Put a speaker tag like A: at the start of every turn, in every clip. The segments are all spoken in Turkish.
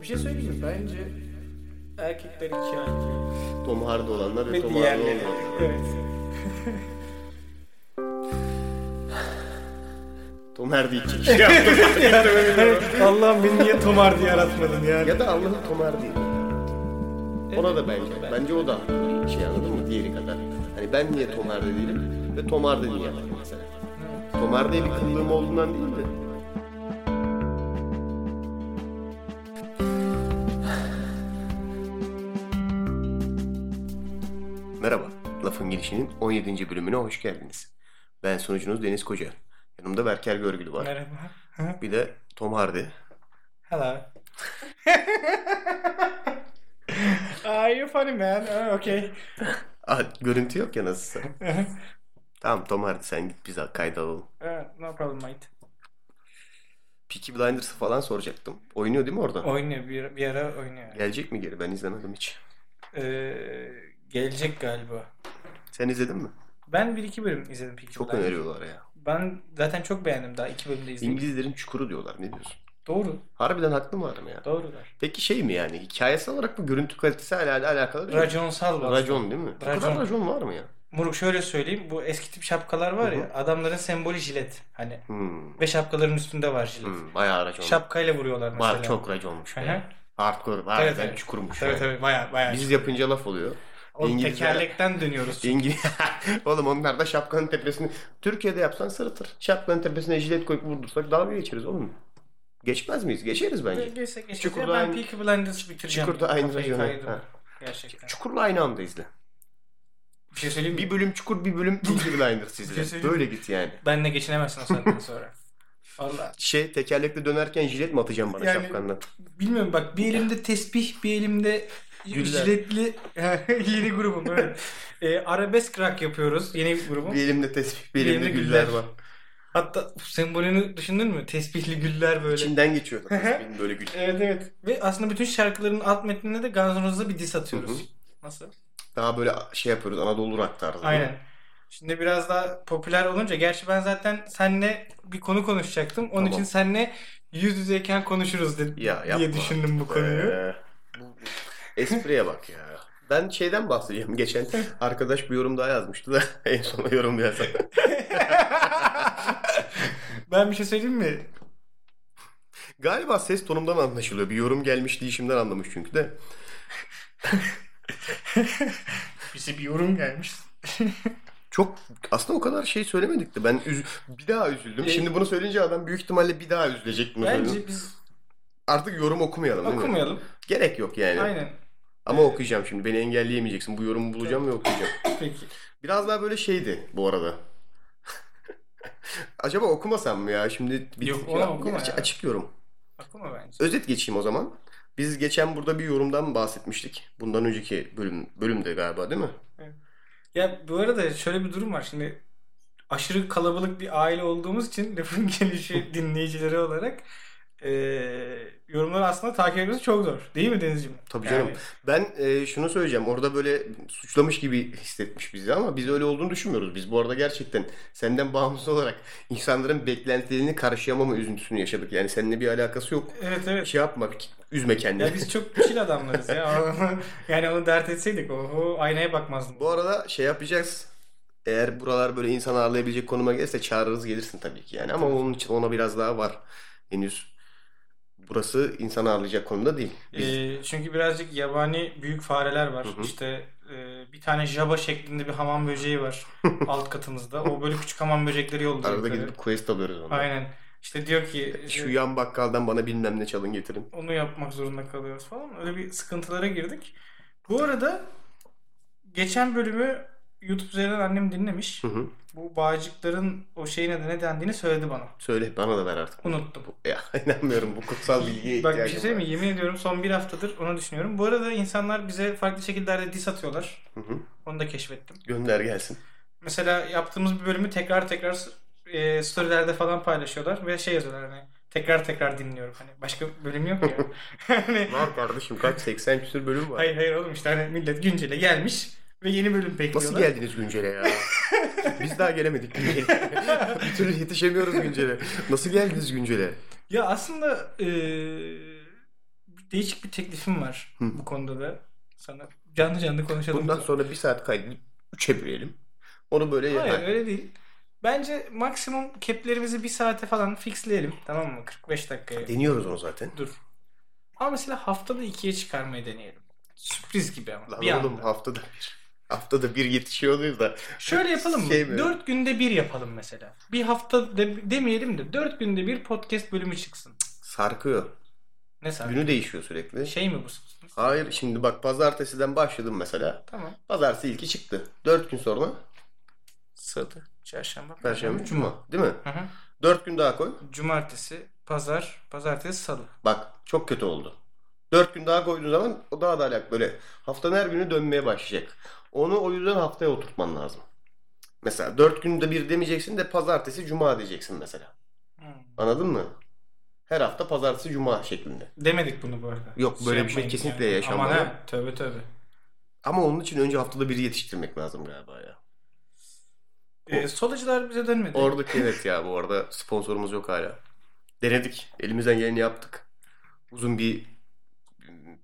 A: Bir şey söyleyeyim mi? Bence erkekler ikiye ayrılıyor.
B: Tom Hardy olanlar ve
A: Ve
B: Tom Hardy
A: diğerleri.
B: olmayanlar.
A: Evet.
B: Tom Hardy iki kişi yaptı.
A: Allah'ım beni niye Tom Hardy yaratmadın yani?
B: ya da Allah'ın Tom Hardy. Ona da bence. Bence o da şey anladın mı? Diğeri kadar. Hani ben niye Tom Hardy değilim ve Tom Hardy niye var mesela. Tom Hardy'ye bir kıllığım olduğundan değil de. Merhaba, Lafın Gelişi'nin 17. bölümüne hoş geldiniz. Ben sunucunuz Deniz Koca. Yanımda Berker Görgülü var.
A: Merhaba. Ha?
B: Bir de Tom Hardy.
A: Hello. Are you funny man? Oh, okay.
B: Aa, görüntü yok ya nasılsa. tamam Tom Hardy sen git bize kayda alalım.
A: Eh, no problem mate.
B: Peaky Blinders'ı falan soracaktım. Oynuyor değil mi orada?
A: Oynuyor bir, bir ara oynuyor.
B: Gelecek mi geri? Ben izlemedim hiç.
A: Ee, gelecek galiba.
B: Sen izledin mi?
A: Ben bir iki bölüm izledim Peaky
B: Çok
A: Blinders.
B: öneriyorlar ya.
A: Ben zaten çok beğendim daha iki bölümde izledim.
B: İngilizlerin çukuru diyorlar. Ne diyorsun?
A: Doğru.
B: Harbiden haklı mı varım ya?
A: Doğrular.
B: Peki şey mi yani? Hikayesel olarak mı görüntü kalitesi hala alakalı değil mi?
A: Raconsal var.
B: Racon değil mi? Bu kadar
A: Racon.
B: racon var mı ya?
A: Muruk şöyle söyleyeyim. Bu eski tip şapkalar var
B: Hı hı.
A: ya. Adamların sembolü jilet. Hani
B: Hmm.
A: ve şapkaların üstünde var jilet.
B: hmm. Bayağı racon.
A: Şapkayla vuruyorlar mesela.
B: var çok raconmuş.
A: Hı hı.
B: ya. Hardcore. Harbiden
A: Evet, evet.
B: çukurmuş.
A: Tabii
B: ya.
A: tabii baya baya.
B: Biz yapınca laf oluyor.
A: O
B: İngilizler-
A: tekerlekten dönüyoruz. çünkü.
B: İngiliz... Şey Oğlum onlar da şapkanın tepesini... Türkiye'de yapsan sırıtır. Şapkanın tepesine jilet koyup vurdursak dalga geçeriz oğlum. Geçmez miyiz? Geçeriz bence.
A: Neyse, neyse.
B: Çukurda
A: ben
B: aynı-
A: Peaky Blinders'ı bitireceğim.
B: Çukurda aynı
A: Kafayı
B: racona.
A: kaydım.
B: Ha.
A: Gerçekten.
B: Çukurla aynı anda izle.
A: Bir şey söyleyeyim mi?
B: Bir bölüm çukur, bir bölüm Peaky Blinders
A: Bir
B: izle.
A: şey
B: Böyle git yani.
A: Benle geçinemezsin o saatten sonra. Allah.
B: Şey tekerlekle dönerken jilet mi atacaksın bana
A: Yani-
B: şapkanla?
A: Bilmiyorum bak bir elimde tesbih bir elimde
B: Güller.
A: jiletli yeni grubum evet. Ee, arabesk rock yapıyoruz yeni bir grubum.
B: Bir elimde tesbih, bir elimde güller var.
A: Hatta sembolünü düşündün mü? Tesbihli güller böyle.
B: İçinden geçiyor da tesbihin böyle gül.
A: Evet evet. Ve aslında bütün şarkıların alt metnine de Guns N' Roses'a bir diss atıyoruz.
B: Hı hı.
A: Nasıl?
B: Daha böyle şey yapıyoruz Anadolu rock tarzı.
A: Aynen. Şimdi biraz daha popüler olunca gerçi ben zaten seninle bir konu konuşacaktım. Onun
B: Tamam.
A: için seninle yüz yüzeyken konuşuruz dedi,
B: Ya yapma.
A: diye düşündüm bu konuyu.
B: Ee, bu- espriye bak ya. Ben şeyden bahsedeceğim. Geçen arkadaş bir yorum daha yazmıştı da en son yorum yazan.
A: ben bir şey söyleyeyim mi?
B: Galiba ses tonumdan anlaşılıyor. Bir yorum gelmiş dişimden anlamış çünkü de.
A: Bize bir yorum gelmiş.
B: Çok aslında o kadar şey söylemedik de ben üz- bir daha üzüldüm.
A: Ee,
B: Şimdi bunu söyleyince adam büyük ihtimalle bir daha üzülecek bunu
A: Bence biz
B: Artık yorum okumayalım değil mi?
A: okumayalım.
B: Gerek yok yani.
A: Aynen.
B: Ama okuyacağım şimdi. Beni engelleyemeyeceksin. Bu yorumu bulacağım ve okuyacağım.
A: Peki.
B: Biraz daha böyle şeydi bu arada. Acaba okumasam mı ya? Şimdi bir
A: Yok, oğlum, okuma
B: Aç-
A: ya.
B: açık yorum.
A: Okuma bence.
B: Özet geçeyim o zaman. Biz geçen burada bir yorumdan bahsetmiştik. Bundan önceki bölüm bölümde galiba değil mi?
A: Ya bu arada şöyle bir durum var. Şimdi aşırı kalabalık bir aile olduğumuz için lafın gelişi dinleyicileri olarak eee yorumları aslında takip etmesi çok zor. Değil mi Denizciğim?
B: Tabii canım. Ben e, şunu söyleyeceğim. Orada böyle suçlamış gibi hissetmiş bizi ama biz öyle olduğunu düşünmüyoruz. Biz bu arada gerçekten senden bağımsız olarak insanların beklentilerini karşılayamama üzüntüsünü yaşadık. Yani seninle bir alakası yok.
A: Evet evet.
B: Şey yapma, üzme kendini.
A: Ya biz çok chill adamlarız ya. yani onu dert etseydik oho aynaya bakmazdım.
B: Bu arada şey yapacağız. Eğer buralar böyle insan ağırlayabilecek konuma gelirse çağırırız gelirsin tabii ki yani. Ama onun için ona biraz daha var. Henüz burası insan ağırlayacak konumda değil. Biz
A: Ee, çünkü birazcık yabani büyük fareler var.
B: Hı hı.
A: İşte e, bir tane jaba şeklinde bir hamam böceği var alt katımızda. O böyle küçük hamam böcekleri yolluyor.
B: arada
A: yukarı.
B: gidip quest alıyoruz ondan.
A: Aynen. İşte diyor ki
B: Şu
A: e,
B: yan bakkaldan bana bilmem ne çalın getirin.
A: onu yapmak zorunda kalıyoruz falan. Öyle bir sıkıntılara girdik. Bu arada geçen bölümü YouTube üzerinden annem dinlemiş.
B: Hı hı.
A: Bu bağcıkların o şeyine de ne dendiğini söyledi bana.
B: Söyle bana da ver artık.
A: Unuttum.
B: Ya inanmıyorum bu kutsal bilgiye
A: Bak bir şey
B: ihtiyacım
A: söyleyeyim mi? Yemin ediyorum son bir haftadır onu düşünüyorum. Bu arada insanlar bize farklı şekillerde diss atıyorlar.
B: var. Hı hı.
A: Onu da keşfettim.
B: Gönder gelsin.
A: Mesela yaptığımız bir bölümü tekrar tekrar e, storylerde falan paylaşıyorlar ve şey yazıyorlar hani tekrar tekrar dinliyorum. Hani başka bölüm yok ya. hani,
B: Var kardeşim kaç 80 küsür bölüm var.
A: hayır hayır oğlum işte hani millet güncele gelmiş ve yeni bölüm bekliyorlar.
B: Nasıl geldiniz güncele ya? Biz daha gelemedik güncele. bir türlü yetişemiyoruz güncele. Nasıl geldiniz güncele?
A: Ya aslında e, değişik bir teklifim var
B: Hı.
A: bu konuda da. Sana canlı canlı konuşalım.
B: Bundan sonra bir saat kaydını üçe bölelim. Onu böyle
A: Hayır
B: yani
A: öyle değil. Bence maksimum keplerimizi bir saate falan fixleyelim. Tamam mı? 45 dakikaya.
B: deniyoruz onu zaten.
A: Dur. Ama mesela haftada ikiye çıkarmayı deneyelim. Sürpriz gibi ama.
B: Lan
A: bir
B: oğlum
A: anda.
B: haftada bir. Haftada bir yetişiyor oluyor da.
A: Şöyle yapalım mı?
B: Şey mi?
A: 4 günde bir yapalım mesela. Bir hafta de- demeyelim de 4 günde bir podcast bölümü çıksın.
B: Sarkıyor.
A: Ne sanki?
B: Günü değişiyor sürekli.
A: Şey mi bu?
B: Hayır şimdi bak pazartesiden başladım mesela.
A: Tamam.
B: Pazartesi ilki çıktı. Dört gün sonra
A: Salı, çarşamba,
B: perşembe, cuma değil mi?
A: Hı hı.
B: Dört gün daha koy.
A: Cumartesi, pazar, pazartesi, salı.
B: Bak çok kötü oldu. Dört gün daha koyduğun zaman o daha da alak böyle. Haftanın her günü dönmeye başlayacak. Onu o yüzden haftaya oturtman lazım. Mesela dört günde bir demeyeceksin de pazartesi cuma diyeceksin mesela. Anladın mı? Her hafta pazartesi cuma şeklinde.
A: Demedik bunu bu arada.
B: Yok, böyle bir şey
A: yapmayın
B: kesinlikle yaşanmadı.
A: Aman ha, tövbe tövbe.
B: Ama onun için önce haftada bir yetiştirmek lazım galiba ya.
A: Ee, solacılar bize dönmedi.
B: Oradaki evet ya bu arada sponsorumuz yok hala. Denedik. Elimizden geleni yaptık. Uzun bir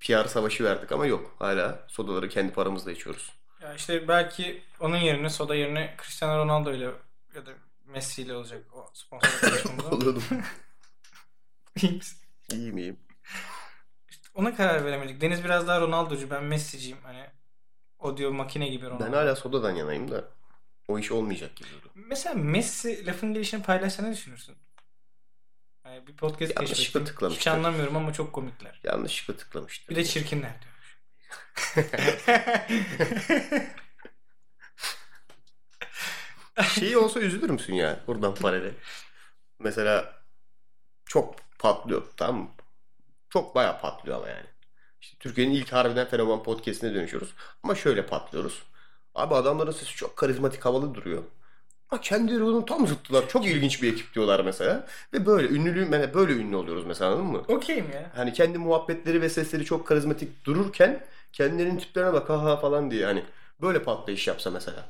B: PR savaşı verdik ama yok. Hala sodaları kendi paramızla içiyoruz.
A: Ya işte belki onun yerine soda yerine Cristiano Ronaldo ile ya da Messi ile olacak o sponsor anlaşmamız.
B: Oluyordum.
A: İyi misin?
B: İyi miyim?
A: Ona karar veremedik. Deniz biraz daha Ronaldo'cu ben Messi'ciyim hani o diyor makine gibi Ronaldo.
B: Ben hala sodadan yanayım da o iş olmayacak gibi duruyor.
A: Mesela Messi lafın gelişini paylaşsa ne düşünürsün? Yani bir podcast
B: Yanlışlıkla
A: keşfettim. Hiç
B: tıklamıştır.
A: anlamıyorum ama çok komikler.
B: Yanlışlıkla tıklamıştım.
A: Bir de çirkinler diyormuş.
B: Şey olsa üzülür müsün ya buradan paralel? Mesela çok patlıyor tamam mı? Çok bayağı patlıyor ama yani. İşte Türkiye'nin ilk harbiden fenomen podcastine dönüşüyoruz. Ama şöyle patlıyoruz. Abi adamların sesi çok karizmatik havalı duruyor. Ama kendileri onun tam zıttılar. Çok ilginç bir ekip diyorlar mesela. Ve böyle ünlülüğü, yani böyle ünlü oluyoruz mesela anladın mı?
A: Okeyim ya.
B: Hani kendi muhabbetleri ve sesleri çok karizmatik dururken kendilerinin tiplerine bak ha ha falan diye hani böyle patlayış yapsa mesela.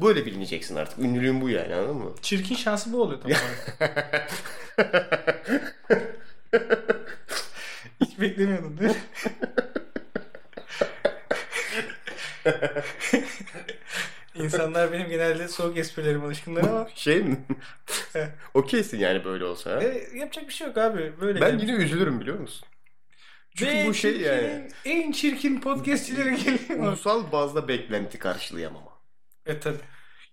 B: Böyle bilineceksin artık. Ünlülüğün bu yani anladın mı?
A: Çirkin şansı bu oluyor tam olarak. Hiç beklemiyordun değil mi? İnsanlar benim genelde soğuk esprilerim alışkınlar ama
B: şey mi? Okeysin yani böyle olsa. ha?
A: e, yapacak bir şey yok abi. Böyle
B: Ben
A: gelmiş.
B: yine üzülürüm biliyor musun? Çünkü
A: Ve
B: bu şey yani.
A: Türkiye'nin En çirkin podcastçileri geliyor.
B: Ulusal bazda beklenti karşılayamama.
A: e tabi.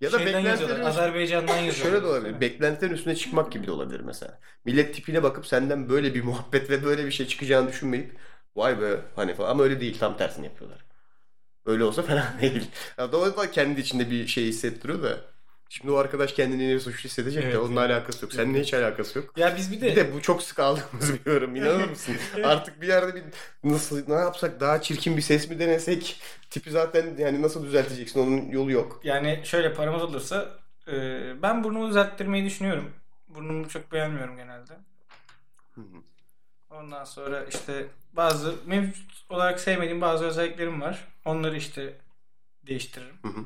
B: Ya da
A: Şeyden yazıyorlar.
B: beklentilerin
A: Azerbaycan'dan yazıyorlar.
B: Şöyle de olabilir. Beklentilerin üstüne çıkmak gibi de olabilir mesela. Millet tipine bakıp senden böyle bir muhabbet ve böyle bir şey çıkacağını düşünmeyip vay be hani falan ama öyle değil tam tersini yapıyorlar. Öyle olsa fena değil. Ya dolayısıyla kendi içinde bir şey hissettiriyor da. Şimdi o arkadaş kendini yine suçlu hissedecek
A: Evet,
B: de onunla alakası yok. Seninle hiç alakası yok.
A: Ya biz bir de,
B: Bir de bu çok sık aldığımız bir yorum inanır mısın? Artık bir yerde bir nasıl ne yapsak daha çirkin bir ses mi denesek tipi zaten yani nasıl düzelteceksin onun yolu yok.
A: yani şöyle paramız olursa e, ben burnumu düzelttirmeyi düşünüyorum. Burnumu çok beğenmiyorum genelde.
B: Hı hı.
A: Ondan sonra işte bazı mevcut olarak sevmediğim bazı özelliklerim var. Onları işte değiştiririm.
B: Hı hı.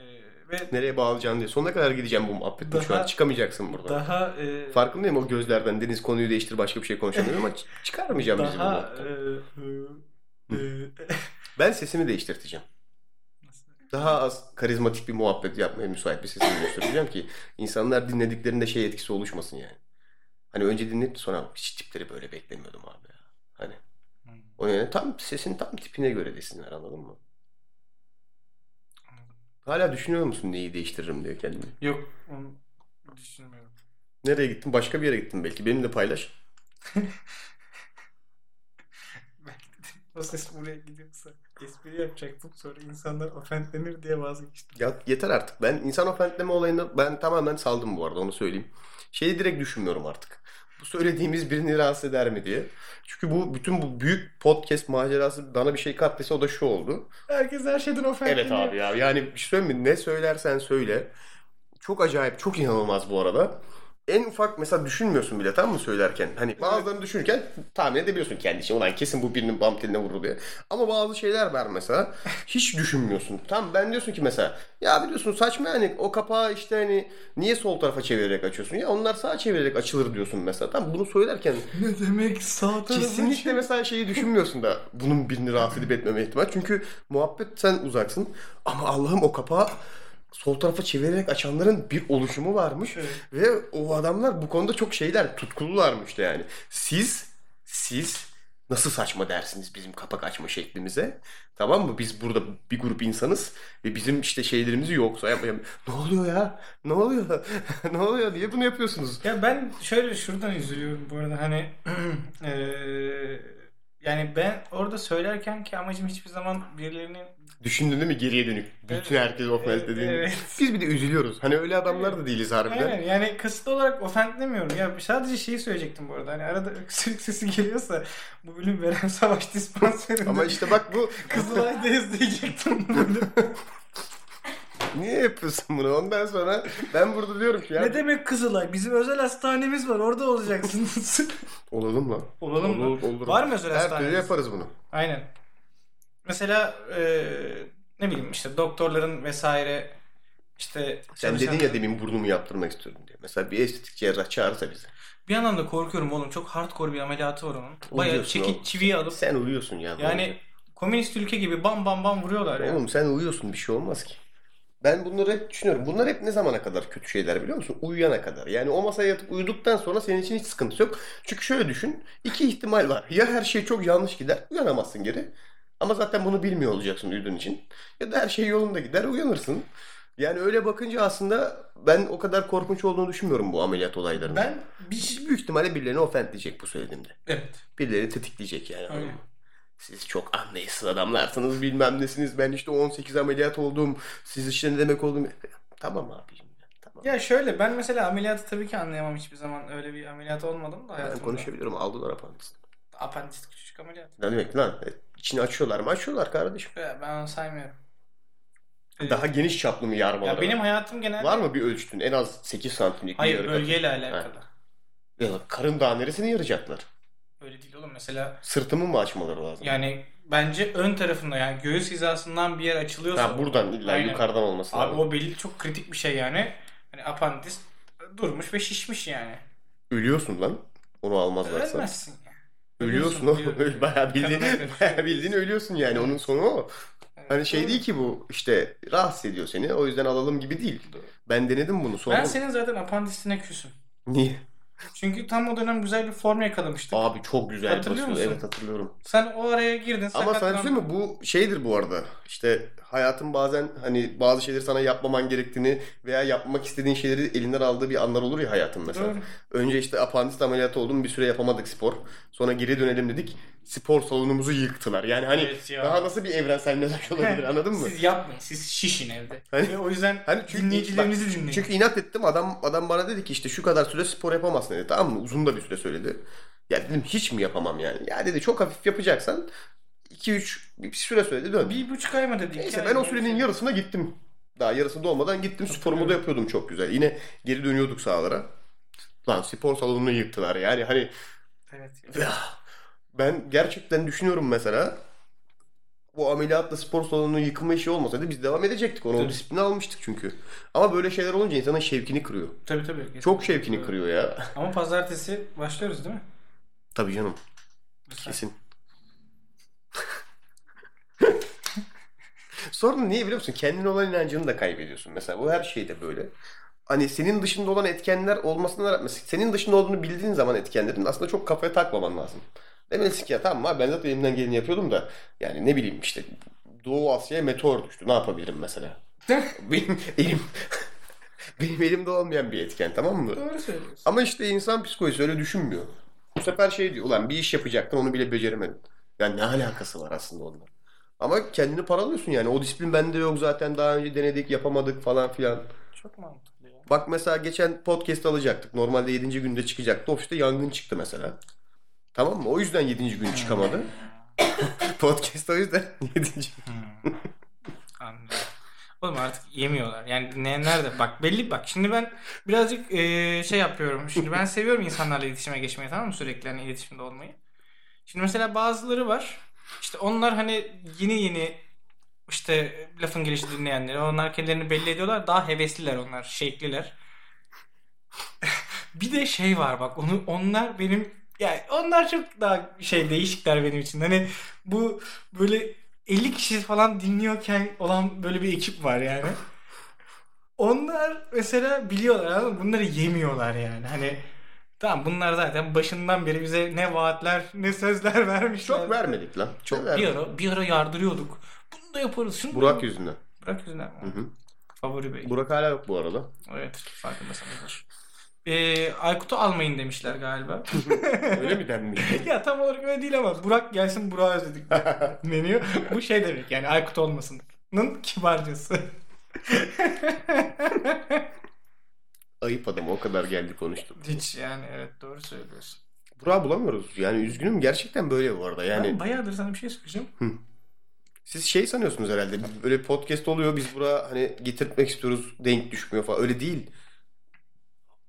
A: E, ve
B: nereye bağlayacağım diye. Sonuna kadar gideceğim bu muhabbetten şu an.
A: Daha-
B: Çıkamayacaksın buradan.
A: daha e,
B: Farkındayım o gözlerden. Deniz konuyu değiştir başka bir şey konuşamıyorum ama ç- çıkarmayacağım bizi bu
A: daha
B: muhabbetten.
A: e, e, e,
B: Ben sesimi değiştirteceğim. Daha az karizmatik bir muhabbet yapmaya müsait bir sesimi göstereceğim ki insanlar dinlediklerinde şey etkisi oluşmasın yani. Hani önce dinleyip de sonra hiç tipleri böyle beklemiyordum abi ya. Hani o yani tam sesin tam tipine göre desinler anladın mı? Hala düşünüyor musun neyi değiştiririm diye kendini?
A: yok onu düşünmüyorum.
B: Nereye gittin? Başka bir yere gittin belki. Benimle paylaş.
A: O ses buraya gidiyorsa espri yapacaktım sonra insanlar ofendlenir diye vazgeçtim.
B: Ya yeter artık. Ben insan ofentleme olayını ben tamamen saldım bu arada onu söyleyeyim. Şeyi direkt düşünmüyorum artık. Bu söylediğimiz birini rahatsız eder mi diye. Çünkü bu bütün bu büyük podcast macerası bana bir şey kattıysa o da şu oldu.
A: Herkes her şeyden ofendleniyor.
B: Evet abi ya yani bir şey söyleyeyim mi? Ne söylersen söyle. Çok acayip, çok inanılmaz bu arada. en ufak mesela düşünmüyorsun bile tam mı söylerken? Hani bazılarını düşünürken tahmin edebiliyorsun kendi için. Ulan kesin bu birinin bam teline vurur diye. Ama bazı şeyler var mesela. Hiç düşünmüyorsun. Tam ben diyorsun ki mesela ya biliyorsun saçma yani o kapağı işte hani niye sol tarafa çevirerek açıyorsun? Ya onlar sağa çevirerek açılır diyorsun mesela. Tam bunu söylerken
A: Ne demek sağ tarafı?
B: Kesinlikle mesela şeyi düşünmüyorsun da bunun birini rahatsız edip etmeme ihtimal. Çünkü muhabbet sen uzaksın ama Allah'ım o kapağı sol tarafa çevirerek açanların bir oluşumu varmış.
A: Evet.
B: Ve o adamlar bu konuda çok şeyler tutkulularmış da yani. Siz, siz nasıl saçma dersiniz bizim kapak açma şeklimize? Tamam mı? Biz burada bir grup insanız ve bizim işte şeylerimiz yoksa ne oluyor ya? Ne oluyor? ne oluyor? Niye bunu yapıyorsunuz?
A: Ya ben şöyle şuradan üzülüyorum bu arada hani eee, yani ben orada söylerken ki amacım hiçbir zaman birilerinin
B: Düşündün değil mi geriye dönük? Bütün
A: Evet.
B: herkes ofmez
A: Evet,
B: dediğin.
A: evet.
B: Biz bir de üzülüyoruz. Hani öyle adamlar da değiliz harbiden.
A: Aynen yani kasıtlı olarak ofendlemiyorum. Ya sadece şeyi söyleyecektim bu arada. Hani arada öksürük sesi geliyorsa bu bölüm Veren Savaş Dispanserinde
B: Ama
A: Ama
B: işte bak bu
A: Kızılay'dayız diyecektim bu bölüm.
B: niye yapıyorsun bunu? Ondan sonra ben burada diyorum ki ya
A: ne demek Kızılay? Bizim özel hastanemiz var orada olacaksınız.
B: olalım lan.
A: Olalım mı?
B: Olur, olur.
A: Var mı özel
B: Her türlü
A: hastanemiz?
B: yaparız bunu.
A: Aynen. Mesela eee, ne bileyim işte doktorların vesaire işte
B: Sen
A: çalışan-
B: dedin ya demin burnumu yaptırmak istiyorum diye. Mesela bir estetik cerrah çağırsa bizi.
A: Bir yandan da korkuyorum oğlum. Çok hardcore bir ameliyatı var onun. Bayağı
B: diyorsun
A: çeki,
B: oğlum.
A: çiviyi alıp
B: Sen uyuyorsun ya.
A: yani komünist ülke gibi bam bam bam vuruyorlar ya.
B: Oğlum sen uyuyorsun bir şey olmaz ki. Ben bunları hep düşünüyorum. Bunlar hep ne zamana kadar kötü şeyler biliyor musun? Uyuyana kadar. Yani o masaya yatıp uyuduktan sonra senin için hiç sıkıntı yok. Çünkü şöyle düşün. iki ihtimal var. Ya her şey çok yanlış gider. Uyanamazsın geri. Ama zaten bunu bilmiyor olacaksın uyuduğun için. Ya da her şey yolunda gider uyanırsın. Yani öyle bakınca aslında ben o kadar korkunç olduğunu düşünmüyorum bu ameliyat olaylarının.
A: Ben bir
B: Hiç büyük ihtimalle birilerini ofendleyecek bu söylediğimde.
A: evet.
B: Birileri tetikleyecek yani. anladın
A: Aynen.
B: mı? Siz çok anlayışsız adamlarsınız bilmem nesiniz. Ben işte 18 ameliyat oldum. Siz işte ne demek oldum. Tamam abiciğim. ya, Tamam.
A: Ya şöyle ben mesela ameliyatı tabii ki anlayamam hiçbir zaman. Öyle bir ameliyat olmadım da
B: ben
A: hayatımda.
B: konuşabiliyorum. Aldılar apandisini.
A: Apandisit küçük ameliyat.
B: Ne demek lan? E, İçini açıyorlar mı? Açıyorlar kardeşim.
A: Ya Ben onu saymıyorum. Ee,
B: Daha geniş çaplı mı yarmalar?
A: ya benim hayatım genelde
B: Var mı bir ölçtün? En az 8 santimlik bir
A: Hayır
B: yarık
A: bölgeyle
B: atın.
A: alakalı.
B: Ha. Ya, karın daha neresini yaracaklar?
A: Öyle değil oğlum mesela
B: Sırtımı mı açmaları lazım?
A: yani bence ön tarafında yani göğüs hizasından bir yer açılıyorsa
B: ha, buradan illa
A: Aynen.
B: yukarıdan olması
A: abi
B: lazım.
A: o belli çok kritik bir şey yani. Hani apandist durmuş ve şişmiş yani.
B: Ölüyorsun lan. Onu almazlarsa.
A: Ölmezsin yani.
B: Ölüyorsun oğlum.
A: diyorum.
B: Öl- Bayağı bildiğin,
A: Kanına karışıyor.
B: bayağı bildiğin ölüyorsun yani. Onun sonu o.
A: Evet,
B: Hani şey
A: doğru.
B: değil ki bu işte rahatsız ediyor seni. O yüzden alalım gibi değil.
A: Doğru.
B: Ben denedim bunu sonra.
A: Ben senin zaten apandisine küsüm.
B: Niye?
A: Çünkü tam o dönem güzel bir form yakalamıştık.
B: Abi çok güzel
A: Hatırlıyor
B: basıyor.
A: musun?
B: Evet hatırlıyorum.
A: Sen o araya girdin.
B: Ama sana şey
A: sakatlandın.
B: söyleyeyim mi bu şeydir bu arada. İşte hayatın bazen hani bazı şeyleri sana yapmaman gerektiğini veya yapmak istediğin şeyleri elinden aldığı bir anlar olur ya hayatın mesela.
A: Doğru.
B: Önce işte apandisit ameliyatı oldum bir süre yapamadık spor. Sonra geri dönelim dedik. Spor salonumuzu yıktılar. Yani hani
A: Evet ya.
B: daha nasıl bir evrensel mesaj olabilir anladın mı?
A: Siz yapmayın. Siz şişin evde.
B: Hani-
A: Ve o yüzden
B: Hani çünkü-
A: dinleyicilerinizi dinleyin.
B: Çünkü inat ettim adam adam bana dedi ki işte şu kadar süre spor yapamazsın dedi tamam mı? Uzun da bir süre söyledi. Ya dedim hiç mi yapamam yani? Ya dedi çok hafif yapacaksan 2-3 bir süre söyledi dön.
A: bir buçuk ay mı dedi? iki
B: Neyse
A: ay
B: ben
A: mı?
B: o sürenin yarısına gittim. Daha yarısında olmadan gittim sporumu da yapıyordum çok güzel. Yine geri dönüyorduk sahalara. Lan spor salonunu yıktılar yani hani
A: Evet.
B: ya, ben gerçekten düşünüyorum mesela bu ameliyatla spor salonunun yıkılma işi olmasaydı biz devam edecektik. Onu o
A: Tabii.
B: disiplini almıştık çünkü. Ama böyle şeyler olunca insanın şevkini kırıyor.
A: Tabii tabii.
B: Çok şevkini kırıyor ya.
A: Ama pazartesi başlıyoruz değil mi?
B: Tabii canım
A: Lütfen.
B: kesin. Sorun niye biliyor musun? Kendine olan inancını da kaybediyorsun. Mesela bu her şeyde böyle. Hani senin dışında olan etkenler olmasına rağmen senin dışında olduğunu bildiğin zaman etkenlerin aslında çok kafaya takmaman lazım. Demelisin ki ya tamam abi ben zaten elimden geleni yapıyordum da yani ne bileyim işte Doğu Asya'ya meteor düştü. Ne yapabilirim mesela? benim elim benim elimde olmayan bir etken tamam mı?
A: Doğru söylüyorsun.
B: Ama işte insan psikolojisi öyle düşünmüyor. Bu sefer şey diyor ulan bir iş yapacaktın onu bile beceremedin. Ya ne alakası var aslında onunla? Ama kendini paralıyorsun yani. O disiplin bende yok zaten daha önce denedik yapamadık falan filan.
A: Çok mantıklı ya.
B: Bak mesela geçen podcast alacaktık. Normalde 7. günde çıkacaktı. Ofiste yangın çıktı mesela. Tamam mı? O yüzden 7. gün çıkamadı. podcast o yüzden 7.
A: Hmm. Anladım. Oğlum artık yemiyorlar. Yani dinleyenler de bak belli bak. Şimdi ben birazcık eee, şey yapıyorum. Şimdi ben seviyorum insanlarla iletişime geçmeyi tamam mı? Sürekli hani iletişimde olmayı. Şimdi mesela bazıları var. İşte onlar hani yeni yeni işte lafın gelişi dinleyenleri. Onlar kendilerini belli ediyorlar. Daha hevesliler onlar. Şekliler. bir de şey var bak. Onu, onlar benim yani onlar çok daha şey değişikler benim için. Hani bu böyle 50 kişi falan dinliyorken olan böyle bir ekip var yani. Onlar mesela biliyorlar anladın mı? Bunları yemiyorlar yani. Hani tamam bunlar zaten başından beri bize ne vaatler ne sözler vermişler.
B: Çok vermedik lan. Çok
A: bir
B: vermedik.
A: ara, bir ara yardırıyorduk. Bunu da yaparız. Şunu da
B: Burak yüzünden.
A: Burak yüzünden.
B: Hı hı.
A: Favori bey.
B: Burak hala yok bu arada.
A: evet farkındasınızdır. Ee, Aykut'u almayın demişler galiba.
B: Öyle mi denmiş?
A: ya tam olarak öyle değil ama Burak gelsin Burak'ı özledik deniyor. Bu şey demek yani Aykut olmasının kibarcası.
B: Ayıp adam o kadar geldi konuştu.
A: Hiç yani evet doğru söylüyorsun.
B: Burak'ı bulamıyoruz. Yani üzgünüm gerçekten böyle bu arada. Yani
A: Ben bayağıdır sana bir şey söyleyeceğim.
B: siz şey sanıyorsunuz herhalde. Böyle podcast oluyor biz Burak'ı hani getirtmek istiyoruz denk düşmüyor falan. Öyle değil.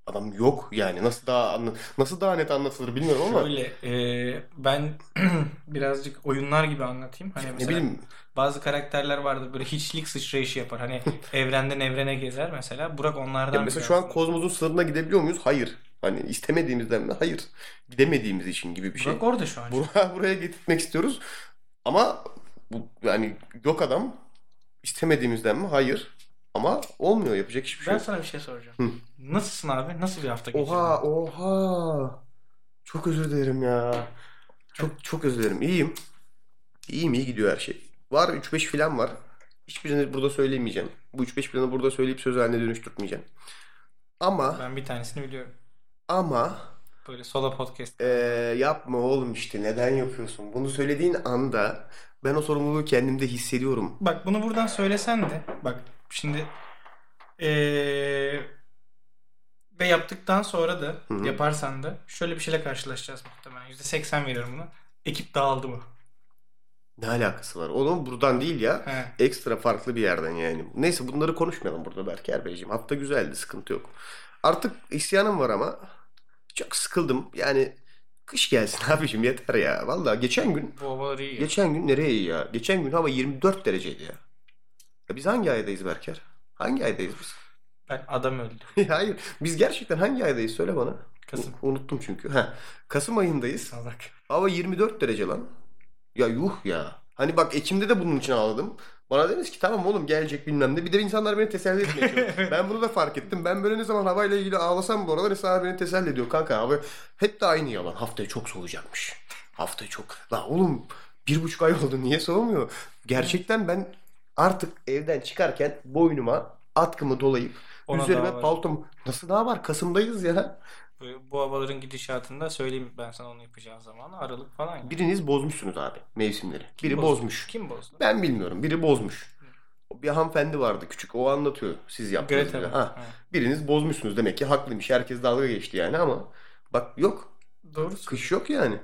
B: Adam yok yani. Nasıl daha anla- nasıl daha net anlatılır bilmiyorum ama
A: Şöyle e, ben birazcık oyunlar gibi anlatayım. Hani
B: ne
A: mesela
B: bileyim
A: bazı karakterler vardı böyle hiçlik sıçrayışı yapar. Hani evrenden evrene gezer mesela. Burak onlardan
B: Ya mesela
A: biraz-
B: şu an kozmosun sınırına gidebiliyor muyuz? Hayır. Hani istemediğimizden mi? Hayır. Gidemediğimiz için gibi bir şey.
A: Burak orada şu an.
B: Burak'ı buraya getirtmek istiyoruz. Ama bu yani yok adam. İstemediğimizden mi? Hayır. Ama olmuyor. Yapacak hiçbir şey
A: ben
B: yok.
A: sana bir şey soracağım.
B: Hı.
A: Nasılsın abi? Nasıl bir hafta geçirdin?
B: Oha oha. Çok özür dilerim ya. Çok çok özür dilerim. İyiyim. İyiyim iyi gidiyor her şey. Var 3-5 falan var. Hiçbirini burada söylemeyeceğim. Bu 3-5 planı burada söyleyip söz haline dönüştürmeyeceğim. Ama
A: Ben bir tanesini biliyorum.
B: ama
A: Böyle solo podcast.
B: Ee, yapma oğlum işte neden yapıyorsun? Bunu söylediğin anda ben o sorumluluğu kendimde hissediyorum.
A: Bak bunu buradan söylesen de bak şimdi ee, ve yaptıktan sonra da
B: Hı hı.
A: yaparsan da şöyle bir şeyle karşılaşacağız muhtemelen. %80 veriyorum buna. Ekip dağıldı mı?
B: Ne alakası var? Oğlum buradan değil ya.
A: He.
B: Ekstra farklı bir yerden yani. Neyse bunları konuşmayalım burada Berker Beyciğim. Hafta güzeldi sıkıntı yok. Artık isyanım var ama çok sıkıldım. Yani kış gelsin abicim yeter ya. Vallahi geçen gün
A: Bu havalar iyi. ya.
B: geçen gün nereye iyi ya? Geçen gün hava 24 dereceydi ya. ya biz hangi aydayız Berker? Hangi aydayız biz?
A: Ben adam öldü.
B: Hayır. Biz gerçekten hangi aydayız söyle bana.
A: Kasım.
B: U- Unuttum çünkü. Heh. Kasım ayındayız.
A: Salak.
B: Hava 24 derece lan. Ya yuh ya. Hani bak Ekim'de de bunun için ağladım. Bana dediniz ki tamam oğlum gelecek bilmem ne. Bir de insanlar beni teselli etmeye çalışıyor. ben bunu da fark ettim. Ben böyle ne zaman havayla ilgili ağlasam bu aralar insanlar beni teselli ediyor. Kanka hava hep de aynı yalan. Haftaya çok soğuyacakmış. Haftaya çok. La oğlum bir buçuk ay oldu niye soğumuyor? Gerçekten ben artık evden çıkarken boynuma atkımı dolayıp
A: Ona daha
B: üzerime
A: var.
B: paltomu. Nasıl daha var? Kasım'dayız ya.
A: Bu, bu havaların gidişatında söyleyeyim ben sana onu yapacağım zamanı. Aralık falan. gibi.
B: Biriniz bozmuşsunuz abi mevsimleri.
A: Kim
B: Biri
A: bozdu?
B: bozmuş.
A: Kim bozdu?
B: Ben bilmiyorum. Biri bozmuş. Bir hanımefendi vardı küçük. O anlatıyor. Siz yaptınız.
A: Greta
B: bile.
A: mi?
B: Ha, biriniz bozmuşsunuz. Demek ki haklıymış. Herkes dalga geçti yani ama bak yok.
A: He. Doğru.
B: Kış yok yani.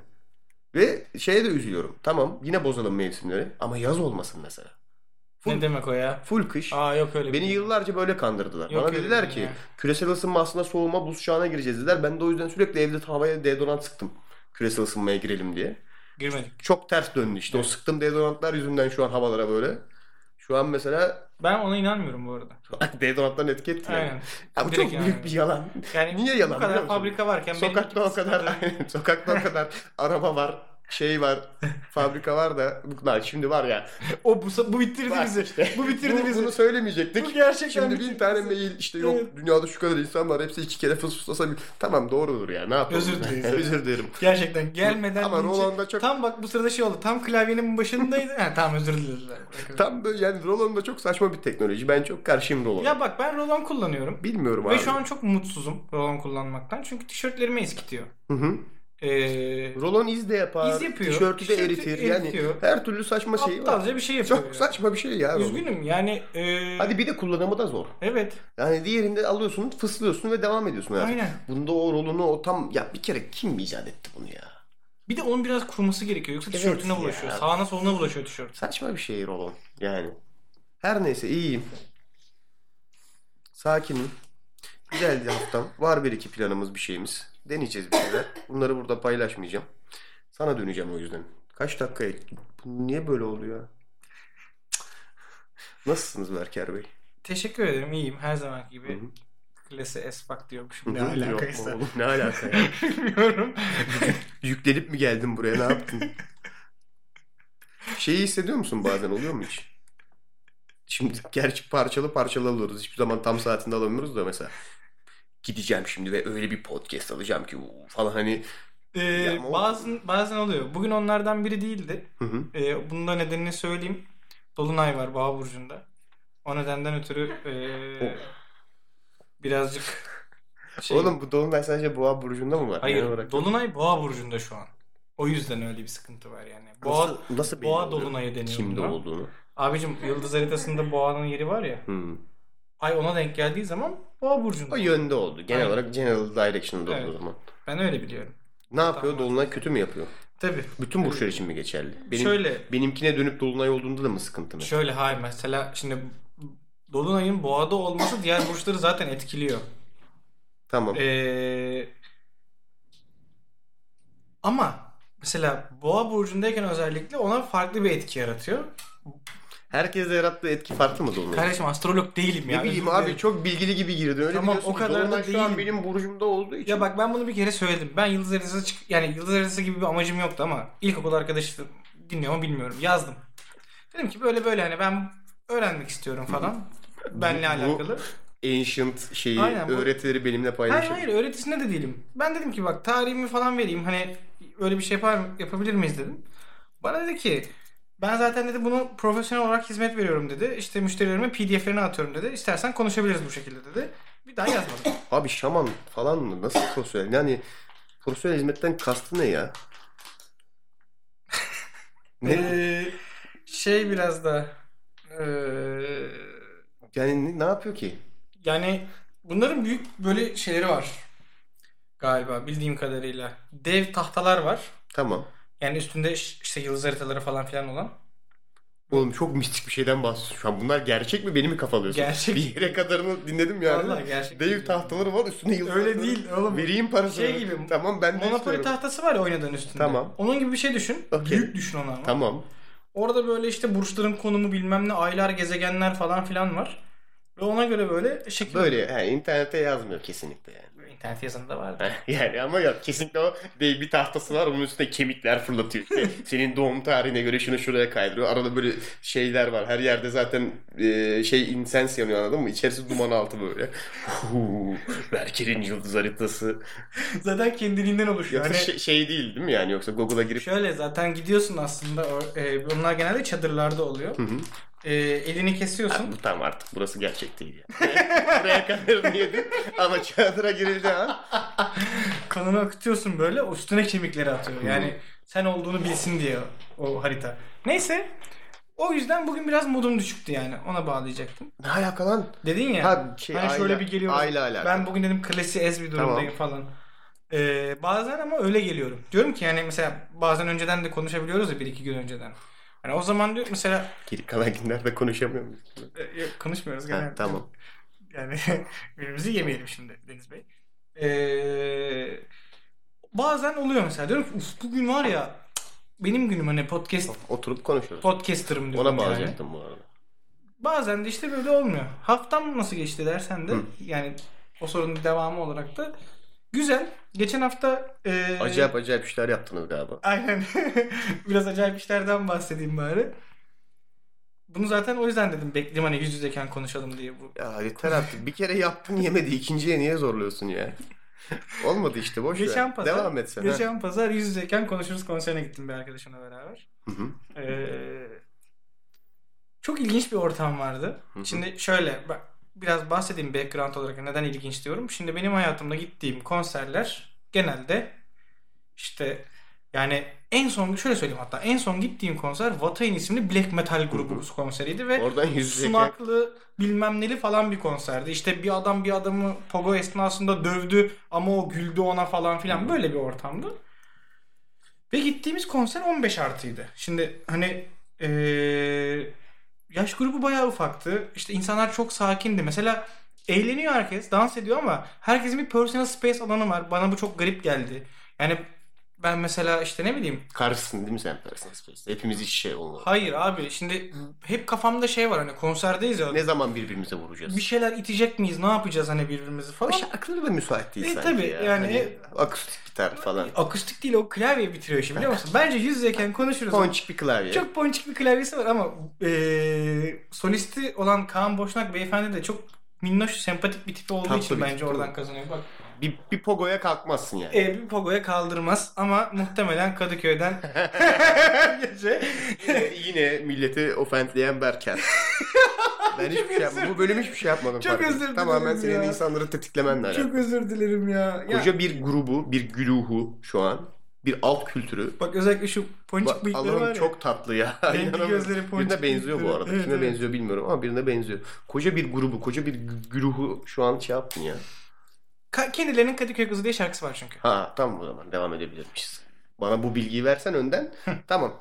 B: Ve şeye de üzülüyorum. Tamam yine bozalım mevsimleri ama yaz olmasın mesela. Full,
A: Ne demek o ya?
B: full kış.
A: Aa yok öyle. bir
B: Beni
A: şey.
B: yıllarca böyle kandırdılar.
A: Yok
B: Bana
A: öyle
B: dediler
A: bir
B: ki
A: şey ya.
B: küresel ısınma aslında soğuma buz çağına gireceğiz dediler. Ben de o yüzden sürekli evde havaya deodorant sıktım. Küresel ısınmaya girelim diye
A: Girmedik.
B: çok ters döndü işte. O sıktığım deodorantlar yüzünden şu an havalara böyle. Şu an mesela
A: Ben ona inanmıyorum bu arada.
B: deodorantların etki etti. yani.
A: Aynen.
B: Ya bu çok
A: Direkt
B: büyük
A: yani.
B: bir yalan.
A: Yani
B: Niye
A: Bu
B: yalan biliyor
A: kadar
B: musun?
A: fabrika varken benim
B: Sokakta o kadar
A: sıkıntı-
B: aynen, sokakta o kadar araba var, şey var, fabrika var da bunlar şimdi var ya.
A: O bu, bu bitirdi
B: Bak
A: bizi.
B: işte.
A: Bu bitirdi
B: Bu-
A: bizi.
B: Bunu söylemeyecektik.
A: Bu gerçekten
B: şimdi
A: bitirdi
B: bin tane
A: bizi.
B: mail işte yok
A: Evet.
B: dünyada şu kadar insan var hepsi iki kere fıs fıslasa bir... Tamam doğrudur ya ne yapalım.
A: Özür dileriz.
B: Özür dilerim.
A: Gerçekten gelmeden
B: Ama
A: önce-
B: Roland'a çok-
A: tam bak bu sırada şey oldu. Tam klavyenin başındaydı. ha tamam özür dilediler.
B: Tam böyle yani Roland da çok saçma bir teknoloji. Ben çok karşıyım Roland'a.
A: Ya bak ben Roland kullanıyorum.
B: Bilmiyorum
A: Ve
B: abi.
A: şu an çok mutsuzum Roland kullanmaktan. Çünkü tişörtlerimi eskitiyor.
B: Hı hı.
A: Ee,
B: Rolon iz de yapar.
A: İz yapıyor.
B: Tişörtü de
A: Tişörtü
B: eritir.
A: eritiyor.
B: Yani her türlü saçma şey var.
A: aptalca bir şey yapıyor.
B: Çok
A: ya.
B: saçma bir şey ya. rolon.
A: Üzgünüm yani. ee,
B: Hadi bir de kullanımı da zor.
A: Evet.
B: Yani diğerinde alıyorsun, fıslıyorsun ve devam ediyorsun hayatım.
A: Aynen.
B: Bunda o rolunu o tam ya bir kere kim icat etti bunu ya?
A: Bir de onun biraz kuruması gerekiyor. Yoksa
B: Evet
A: tişörtüne
B: ya.
A: bulaşıyor. Sağına soluna bulaşıyor tişört.
B: Saçma bir şey rolon yani. Her neyse iyiyim. Sakinim. Güzeldi haftam. Var bir iki planımız bir şeyimiz. Deneyeceğiz bir şeyler. Bunları burada paylaşmayacağım. Sana döneceğim o yüzden. Kaç dakika ettim? Bu niye böyle oluyor? Cık. Nasılsınız Berker Bey?
A: Teşekkür ederim. iyiyim Her zaman
B: Hı
A: gibi.
B: hı.
A: Klase esfak diyormuşum. Ne
B: Yok
A: alakaysa.
B: oğlum, Ne alaka ya?
A: Bilmiyorum.
B: Yüklenip mi geldin buraya ne yaptın? Şeyi hissediyor musun bazen oluyor mu hiç? Şimdi gerçi parçalı parçalı alıyoruz. Hiçbir zaman tam saatinde alamıyoruz da mesela. Gideceğim şimdi ve öyle bir podcast alacağım ki uu falan hani.
A: Ee,
B: Ya, o-
A: bazen, bazen oluyor. Bugün onlardan biri değildi.
B: Hı hı.
A: Ee, bunun da nedenini söyleyeyim. Dolunay var Boğa Burcu'nda. O nedenden ötürü ee,
B: Oh.
A: birazcık şey-
B: Oğlum bu Dolunay sadece Boğa Burcu'nda mı var?
A: Hayır,
B: Genel olarak-
A: Dolunay Boğa Burcu'nda şu an. O yüzden öyle bir sıkıntı var yani. Boğa,
B: Nasıl, nasıl belli
A: Boğa
B: oluyor?
A: Dolunay'ı deniyor
B: Kimde
A: buna.
B: olduğunu.
A: Abicim yıldız haritasında Boğa'nın yeri var ya.
B: Hı.
A: Ay ona denk geldiği zaman Boğa Burcu'nda.
B: O yönde oldu. Genel
A: Aynen.
B: olarak General Direction'da oldu
A: Evet.
B: o zaman.
A: Ben öyle biliyorum.
B: Ne yapıyor?
A: Tamam.
B: Dolunay kötü mü yapıyor?
A: Tabii.
B: Bütün burçlar için mi geçerli? Benim,
A: Şöyle
B: Benimkine dönüp Dolunay olduğunda da mı sıkıntı mı?
A: Şöyle hayır mesela şimdi Dolunay'ın boğada olması diğer burçları zaten etkiliyor.
B: Tamam.
A: Ee, ama mesela boğa burcundayken özellikle ona farklı bir etki yaratıyor.
B: Herkese yarattığı etki farklı mı Dolunay?
A: Kardeşim astrolog değilim ya.
B: Ne bileyim
A: özür
B: abi
A: dilerim.
B: çok bilgili gibi girdin. Öyle
A: Tamam,
B: biliyorsun
A: o
B: ki
A: kadar da
B: Dolunay şu
A: değilim.
B: an benim burcumda olduğu için.
A: Ya bak ben bunu bir kere söyledim. Ben yıldız haritası çık yani yıldız haritası gibi bir amacım yoktu ama ilkokul arkadaşım dinliyor mu bilmiyorum. Yazdım. Dedim ki böyle böyle hani ben öğrenmek istiyorum falan. Benle
B: Bu-
A: alakalı.
B: Ancient şeyi,
A: Aynen, bu-
B: öğretileri benimle
A: Hayır
B: paylaşın.
A: hayır öğretisine de değilim. Ben dedim ki bak tarihimi falan vereyim hani öyle bir şey yapar yapabilir miyiz dedim. Bana dedi ki ben zaten dedi bunu profesyonel olarak hizmet veriyorum dedi. İşte müşterilerime PDF'lerini atıyorum dedi. İstersen konuşabiliriz bu şekilde dedi. Bir daha yazmadım.
B: Abi şaman falan mı? Nasıl profesyonel? Yani profesyonel hizmetten kastı ne ya? ne?
A: Ee, şey biraz da ee,
B: Yani ne, ne yapıyor ki?
A: yani bunların büyük böyle şeyleri var galiba bildiğim kadarıyla. Dev tahtalar var.
B: Tamam.
A: Yani üstünde işte yıldız haritaları falan filan olan.
B: Oğlum çok mistik bir şeyden bahsediyorsun şu an. Bunlar gerçek mi? Beni mi kafalıyorsun?
A: Gerçek.
B: Bir yere kadarını dinledim yani.
A: Vallahi gerçek.
B: Dev tahtaları var üstüne yıldız.
A: Öyle değil oğlum.
B: Vereyim parasını.
A: Şey gibi,
B: Tamam ben de
A: Monopoly
B: istiyorum.
A: tahtası var ya oynadığın üstünde.
B: Tamam.
A: Onun gibi bir şey düşün.
B: Okey.
A: Büyük düşün ona ama.
B: Tamam.
A: Orada böyle işte burçların konumu bilmem ne aylar gezegenler falan filan var. Ve ona göre böyle şekil...
B: Böyle he, internete yazmıyor kesinlikle yani.
A: İnternet yazında vardı.
B: yani ama yok kesinlikle o değil bir tahtası var onun üstüne kemikler fırlatıyor. İşte senin doğum tarihine göre şunu şuraya kaydırıyor. Arada böyle şeyler var. Her yerde zaten e, şey insens yanıyor anladın mı? İçerisi duman altı böyle. Huu, Merkel'in yıldız haritası.
A: zaten kendiliğinden oluşuyor.
B: Yoksa
A: Hani
B: şey, şey değil değil mi yani? Yoksa Google'a girip
A: şöyle zaten gidiyorsun aslında. o- e, bunlar genelde çadırlarda oluyor.
B: Hı hı.
A: E, elini
B: Abi
A: kesiyorsun.
B: bu tam artık burası gerçek değil ya. Buraya kadar yedim ama çadıra girildi ha.
A: kanını akıtıyorsun böyle. o Üstüne kemikleri atıyor. Yani sen olduğunu bilsin diye o harita. Neyse. O yüzden bugün biraz modum düşüktü yani. Ona bağlayacaktım.
B: Ne alaka lan?
A: Dedin ya.
B: Ha, şey,
A: hani şöyle
B: aile-
A: bir geliyorum.
B: aile alakalı.
A: Ben bugün dedim klasi ez bir durumdayım falan. Ee, bazen ama öyle geliyorum. Diyorum ki yani mesela bazen önceden de konuşabiliyoruz ya bir iki gün önceden. Hani o zaman diyor mesela
B: Geri kalan günlerde konuşamıyor muyuz?
A: e, yok, konuşmuyoruz
B: Ha,
A: genelde.
B: tamam.
A: Yani birbirimizi yemeyelim şimdi Deniz Bey. Ee, bazen oluyor mesela diyorum ki "Uf, bugün var ya benim günüm hani podcast
B: Oturup konuşuyoruz.
A: podcaster'ım diyorum
B: Ona
A: yani.
B: bağlayacaktım bu arada.
A: Bazen de işte böyle olmuyor. Haftam nasıl geçti dersen de yani o sorunun devamı olarak da güzel. Geçen hafta e,
B: Acayip acayip işler yaptınız galiba.
A: aynen biraz acayip işlerden bahsedeyim bari. Bunu zaten o yüzden dedim bekleyeyim hani yüz yüzeyken konuşalım diye bu.
B: Ya yeter artık. Bir kere yaptın yemedi. İkinciye niye zorluyorsun ya? Olmadı işte boş
A: Geçen
B: ver.
A: pazar-
B: Devam et sen. ha.
A: Geçen pazar yüz yüzeyken konuşuruz konserine gittim bir arkadaşımla beraber.
B: Hı hı.
A: Ee, çok ilginç bir ortam vardı.
B: Hı hı.
A: Şimdi şöyle bak biraz bahsedeyim background olarak neden ilginç diyorum. Şimdi benim hayatımda gittiğim konserler genelde işte yani en son şöyle söyleyeyim hatta en son gittiğim konser Vatayin isimli black metal grubu konseriydi ve
B: Oradan yüz yüze
A: sunaklı bilmem neli falan bir konserdi. İşte bir adam bir adamı pogo esnasında dövdü ama o güldü ona falan filan böyle bir ortamdı. Ve gittiğimiz konser 15 artıydı. Şimdi hani eee, yaş grubu bayağı ufaktı. İşte insanlar çok sakindi. Mesela eğleniyor herkes. Dans ediyor ama herkesin bir personal space alanı var. Bana bu çok garip geldi. Yani ben mesela işte ne bileyim
B: Karşısın değil mi sen personal space? Hepimiz iş şey olmalı.
A: hayır abi şimdi hep kafamda şey var hani konserdeyiz ya.
B: Ne zaman birbirimize vuracağız?
A: Bir şey- şeyler itecek miyiz? Ne yapacağız hani birbirimizi falan.
B: Şarkıları da müsait değil
A: E,
B: sanki
A: tabii,
B: ya.
A: yani-
B: Hani akustik gitar falan.
A: Akustik değil o klavyeyi bitiriyor şimdi biliyor musun? Bence yüz yüzeyken konuşuruz.
B: Ponçik bir klavye.
A: Çok ponçik bir klavyesi var ama eee solisti olan Kaan Boşnak beyefendi de çok minnoş, sempatik bir tipi olduğu
B: Tatlı
A: için
B: bir
A: bence
B: tipi.
A: oradan kazanıyor. Bak
B: Bir, bir pogoya kalkmazsın yani.
A: Ee, bir pogoya kaldırmaz ama muhtemelen Kadıköy'den gece
B: yine, yine milleti ofentleyen Berker. ben hiçbir şey yapmadım.
A: özür-
B: Bu bölüm hiçbir şey yapmadım.
A: Çok
B: farkında.
A: özür dilerim
B: Tamamen senin
A: ya.
B: insanları tetiklemenle alakalı.
A: çok özür dilerim ya. Ya,
B: Koca bir grubu, bir güruhu şu an. Bir alt kültürü.
A: Bak özellikle şu ponçik
B: Bak,
A: bıyıkları var
B: Allah'ım
A: ya.
B: çok tatlı ya.
A: Renkli
B: İnanamıyorum.
A: gözleri ponçik
B: Birine benziyor bu
A: bıyıkları.
B: arada.
A: Evet,
B: Kime
A: evet.
B: benziyor bilmiyorum ama birine benziyor. Koca bir grubu, koca bir gü- güruhu şu an şey yaptın ya.
A: Ka- kendilerinin Kadıköy kızı diye şarkısı var çünkü.
B: Ha tamam o zaman devam edebilirmişiz. Bana bu bilgiyi versen önden tamam.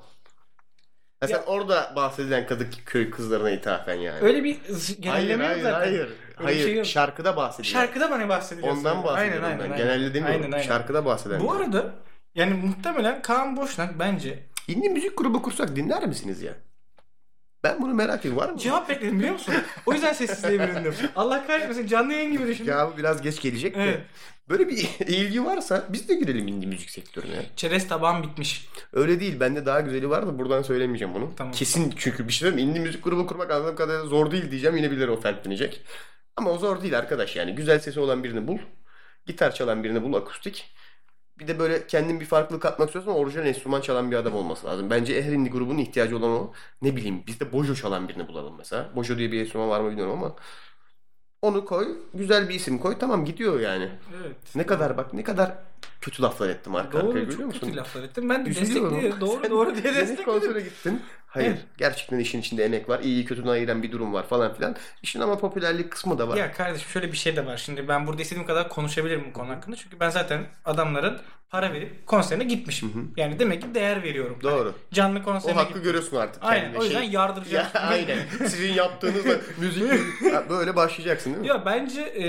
B: Ya sen
A: Ya-
B: orada bahsedilen Kadıköy kızlarına ithafen yani.
A: Öyle bir z-
B: hayır
A: genelleme
B: hayır
A: yok zaten.
B: hayır.
A: bir
B: Hayır
A: şey yok.
B: şarkıda bahsediyor.
A: Şarkıda hani bana bahsediyorsun.
B: Ondan bahsediyorum ben. Genelde demiyorum.
A: Aynen, aynen.
B: Şarkıda bahseden.
A: Bu arada yani muhtemelen Kaan Boşnak bence
B: Hindi müzik grubu kursak dinler misiniz ya? Ben bunu merak ediyorum. Var mı?
A: cevap bekledim biliyor musun? O yüzden sessizliğe büründüm. Allah kahretmesin canlı yayın gibi düşündüm.
B: Cevabı biraz geç gelecek de.
A: Evet.
B: Böyle bir ilgi varsa biz de girelim hindi müzik sektörüne.
A: Çerez tabağım bitmiş.
B: Öyle değil. Bende daha güzeli var da buradan söylemeyeceğim bunu.
A: Tamam.
B: Kesin çünkü bir şey söyleyeyim. mi? Indie müzik grubu kurmak anladığım kadarıyla zor değil diyeceğim. Yine birileri ofentlenecek. Ama o zor değil arkadaş yani. Güzel sesi olan birini bul. Gitar çalan birini bul akustik. Bir de böyle kendin bir farklılık katmak istiyorsan orijinal enstrüman çalan bir adam olması lazım. Bence her indie grubunun ihtiyacı olan o. Ne bileyim biz de bojo çalan birini bulalım mesela. Bojo diye bir enstrüman var mı bilmiyorum ama. Onu koy. Güzel bir isim koy. Tamam gidiyor yani.
A: Evet.
B: Ne kadar bak ne kadar kötü laflar ettim arka arkaya
A: Doğru
B: görüyor
A: çok
B: musun?
A: kötü laflar ettim. Ben de
B: Üzülüyorum.
A: destekliyorum. Doğru
B: Sen
A: doğru diye
B: senin
A: destekledim.
B: konsere gittin. Hayır.
A: Evet.
B: Gerçekten işin içinde emek var. İyiyi kötüden ayıran bir durum var falan filan. İşin ama popülerlik kısmı da var.
A: Ya kardeşim şöyle bir şey de var. Şimdi ben burada istediğim kadar konuşabilirim bu konu hakkında. Çünkü ben zaten adamların para verip konserine gitmişim. Yani demek ki değer veriyorum.
B: Doğru.
A: Canlı
B: O
A: konserine
B: hakkı
A: gittim.
B: görüyorsun artık.
A: Aynen.
B: kendine.
A: O yüzden
B: Şey-
A: yardıracağım.
B: Ya, aynen. Sizin yaptığınızla müzik Ya böyle başlayacaksın değil mi?
A: Ya bence e,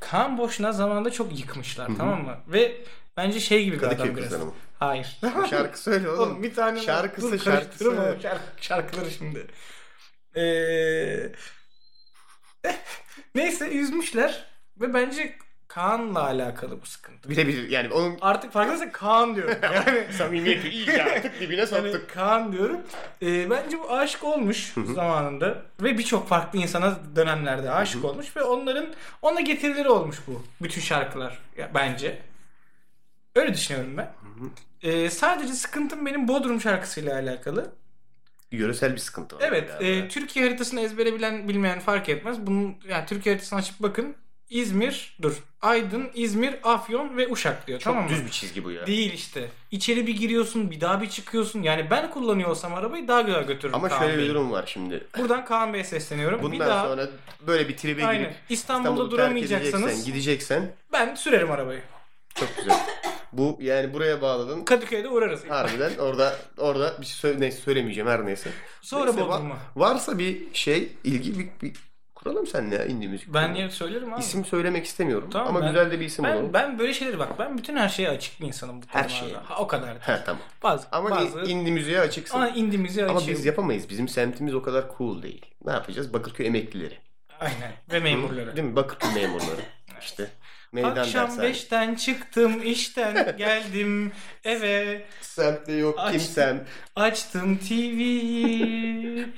A: Kaan Boşuna zamanında çok yıkmışlar tamam mı? Ve bence şey gibi bir
B: Kadıköy
A: adam biraz.
B: kızları mı?
A: Hayır.
B: Şarkı söyle oğlum.
A: Oğlum bir tane
B: şarkısı,
A: Dur,
B: şarkısı.
A: karıştırma oğlum, şarkı- şarkıları şimdi. Ee, neyse üzmüşler ve bence Kaan'la alakalı bu sıkıntı.
B: Birebir yani onun
A: Artık farkındaysan Kaan diyorum. Yani
B: samimiyeti iyi ya. Tık dibine
A: yani
B: soktuk.
A: Kaan diyorum. Ee, bence bu aşık olmuş zamanında ve birçok farklı insana dönemlerde aşık olmuş ve onların ona getirileri olmuş bu bütün şarkılar ya, bence. Öyle düşünüyorum ben. Ee, sadece sıkıntım benim Bodrum şarkısıyla alakalı.
B: Yöresel bir sıkıntı var.
A: Evet,
B: galiba.
A: e, Türkiye haritasını ezbere bilen bilmeyen fark etmez. Bunun yani Türkiye haritasını açıp bakın. İzmir, dur. Aydın, İzmir, Afyon ve Uşak diyor.
B: Çok
A: tamam mı?
B: düz bir çizgi bu ya.
A: Değil işte. İçeri bir giriyorsun, bir daha bir çıkıyorsun. Yani ben kullanıyor olsam arabayı daha güzel götürürüm.
B: Ama
A: Kaan
B: şöyle bir
A: Bey'i.
B: durum var şimdi.
A: Buradan Kaan Bey'e sesleniyorum. bir
B: Bundan
A: daha
B: sonra böyle bir tribe
A: Aynen.
B: girip
A: İstanbul'da
B: İstanbul'u terk
A: duramayacaksanız-
B: edeceksen, gideceksen
A: ben sürerim arabayı.
B: çok güzel. Bu yani buraya bağladın.
A: Kadıköy'de uğrarız.
B: Harbiden orada orada bir şey söyle, neyse söylemeyeceğim her neyse.
A: Sonra
B: Neyse,
A: Bodrum'a.
B: va- Varsa bir şey ilgi bir, bir kuralım seninle ya indie müzik.
A: Ben niye söylerim abi?
B: isim söylemek istemiyorum
A: Tamam,
B: ama
A: ben-
B: güzel de bir isim
A: ben,
B: olur.
A: ben böyle şeyleri bak. Ben bütün her şeye açık bir insanım bu
B: Her
A: konularda.
B: şeye.
A: Ha, o kadar.
B: He tamam.
A: Bazı
B: Ama
A: bazı
B: indie müziğe açıksın.
A: ama indimizi
B: ama
A: açayım.
B: biz yapamayız. Bizim semtimiz o kadar cool değil. Ne yapacağız? Bakırköy emeklileri.
A: Aynen. Ve memurları.
B: Değil mi? Bakırköy memurları. İşte meydan
A: Akşam
B: dershane.
A: 5'ten çıktım işten geldim eve
B: Semtte yok
A: Açtım.
B: kimsem.
A: açtım TV'yi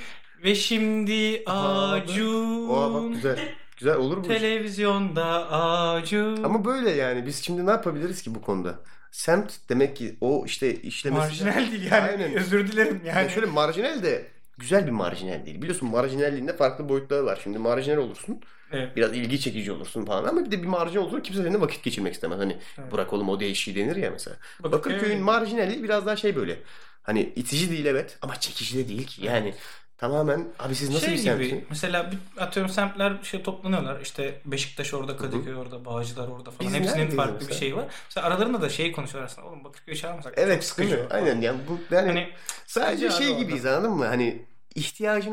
A: ve şimdi
B: Aha, bak. Oha bak
A: Acun
B: güzel. Güzel olur mu?
A: televizyonda Acun
B: Ama böyle yani biz şimdi ne yapabiliriz ki bu konuda? Semt demek ki o işte işlemesi...
A: marjinal değil yani
B: Aynen.
A: özür dilerim yani.
B: Yani şöyle marjinal de güzel bir marjinal değil. Biliyorsun marjinalliğinde farklı boyutları var. Şimdi marjinal olursun.
A: Evet.
B: Biraz ilgi çekici olursun falan. Ama bir de bir marjinal olursa kimse seninle vakit geçirmek istemez. Hani
A: Evet.
B: bırak oğlum o değişiği denir ya mesela.
A: Bakın
B: Bakırköy'ün
A: öyle.
B: marjinali biraz daha şey böyle. Hani itici değil evet ama çekici de değil ki. Yani tamamen abi siz nasıl
A: şey
B: bir
A: gibi
B: semtsiniz?
A: mesela bir- atıyorum semtler şey toplanıyorlar işte Beşiktaş orada Kadıköy orada Bağcılar orada falan
B: Biz
A: hepsinin
B: neredeyiz
A: farklı bir
B: mesela?
A: şeyi var. Mesela aralarında da şey konuşuyorlar aslında oğlum Bakırköy'ü çağırmasak çok
B: Evet, değil
A: sıkıcı.
B: mi? Aynen yani bu yani
A: Hani
B: Sadece
A: Sadece
B: şey
A: abi
B: gibiyiz anladın mı? Hani ihtiyacın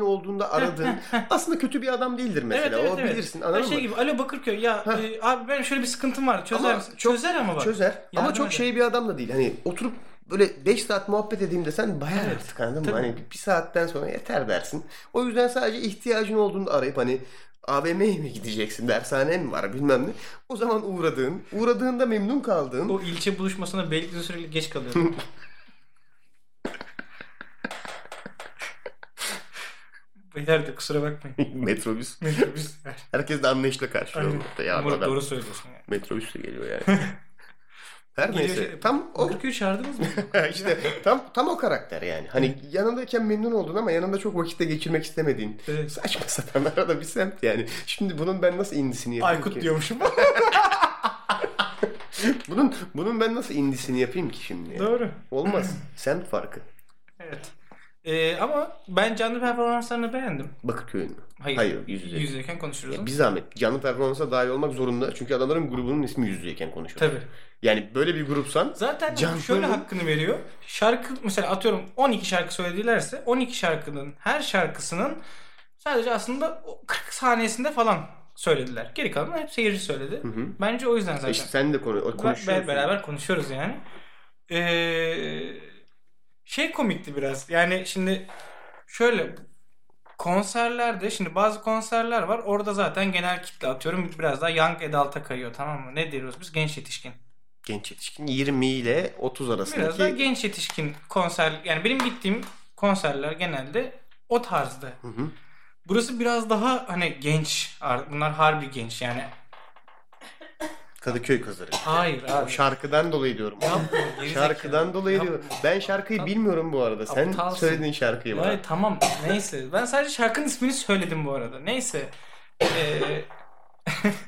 B: olduğunda aradığın aslında kötü bir adam değildir Hani mesela. o bilirsin
A: Her
B: anladın
A: şey
B: mı?
A: gibi Alo Bakırköy ya
B: Heh.
A: e, abi benim şöyle bir sıkıntım var çözer
B: Ama
A: misin?
B: çok-
A: çözer ama bak.
B: Çözer. ama
A: Yardım
B: çok
A: eder.
B: şey bir adam da değil. Hani oturup böyle 5 saat muhabbet edeyim desen bayağı
A: Evet.
B: artık anladın mı?
A: Tabii.
B: Hani bir saatten sonra yeter dersin. O yüzden sadece ihtiyacın olduğunda arayıp hani AVM'ye mi gideceksin, dershaneye mi var bilmem ne. O zaman uğradığın, uğradığında memnun kaldığın.
A: O ilçe buluşmasına Beylikdüzü sürekli geç kalıyorum. Beyler de kusura bakmayın.
B: metrobüs.
A: Metrobüs.
B: Herkes de anlayışla karşılıyor.
A: Aynen.
B: burada. Ya bu
A: Umarım
B: adam
A: doğru söylüyorsun. Yani.
B: metrobüs de geliyor yani. Her
A: Geliyor
B: neyse.
A: şey-
B: Tam o
A: Bakırköy'ü çağırdınız mı?
B: işte tam tam o karakter yani. Hani yanındayken memnun oldun ama yanında çok vakitte geçirmek istemediğin.
A: Evet.
B: Saçma sapan arada bir semt yani. Şimdi bunun ben nasıl indisini yapayım
A: Aykut
B: ki?
A: diyormuşum.
B: Bunun bunun ben nasıl indisini yapayım ki şimdi? yani?
A: Doğru.
B: Olmaz. semt farkı.
A: Evet. Ee, ama ben canlı performanslarını beğendim.
B: Bakırköy'ün mü?
A: Hayır.
B: yüz yüze.
A: Yüzdeyken konuşuruz.
B: Ya
A: ama.
B: bir zahmet. Canlı performansa dahil olmak zorunda. Çünkü adamların grubunun ismi yüz yüzeyken konuşuyor.
A: Tabii.
B: Yani böyle bir grupsan
A: Zaten
B: Canlı
A: şöyle
B: mı?
A: hakkını veriyor. Şarkı mesela atıyorum 12 şarkı söyledilerse 12 şarkının her şarkısının sadece aslında o 40 saniyesinde falan söylediler. Geri kalanı hep seyirci söyledi.
B: hı.
A: Bence o yüzden zaten.
B: işte sen de konu
A: Be-
B: konuşuyorsun.
A: be- beraber konuşuyoruz yani. Ee, şey komikti biraz. Yani şimdi şöyle konserlerde şimdi bazı konserler var. Orada zaten genel kitle atıyorum biraz daha young adult'a kayıyor tamam mı? Ne diyoruz biz? Genç yetişkin.
B: Genç yetişkin 20 ile 30 arasındaki
A: Biraz daha genç yetişkin konser yani benim gittiğim konserler genelde o tarzda.
B: Hı hı.
A: Burası biraz daha hani genç. ar- Bunlar harbi genç yani.
B: Kadıköy kazarı.
A: Hayır abi.
B: Şarkıdan dolayı diyorum.
A: Yapma, gerizekalı.
B: Şarkıdan dolayı
A: Yapma.
B: diyorum. Ben şarkıyı bilmiyorum bu arada. Sen
A: Aptalsın.
B: söyledin şarkıyı bana.
A: Ay, tamam neyse. Ben sadece şarkının ismini söyledim bu arada. Neyse. Ee,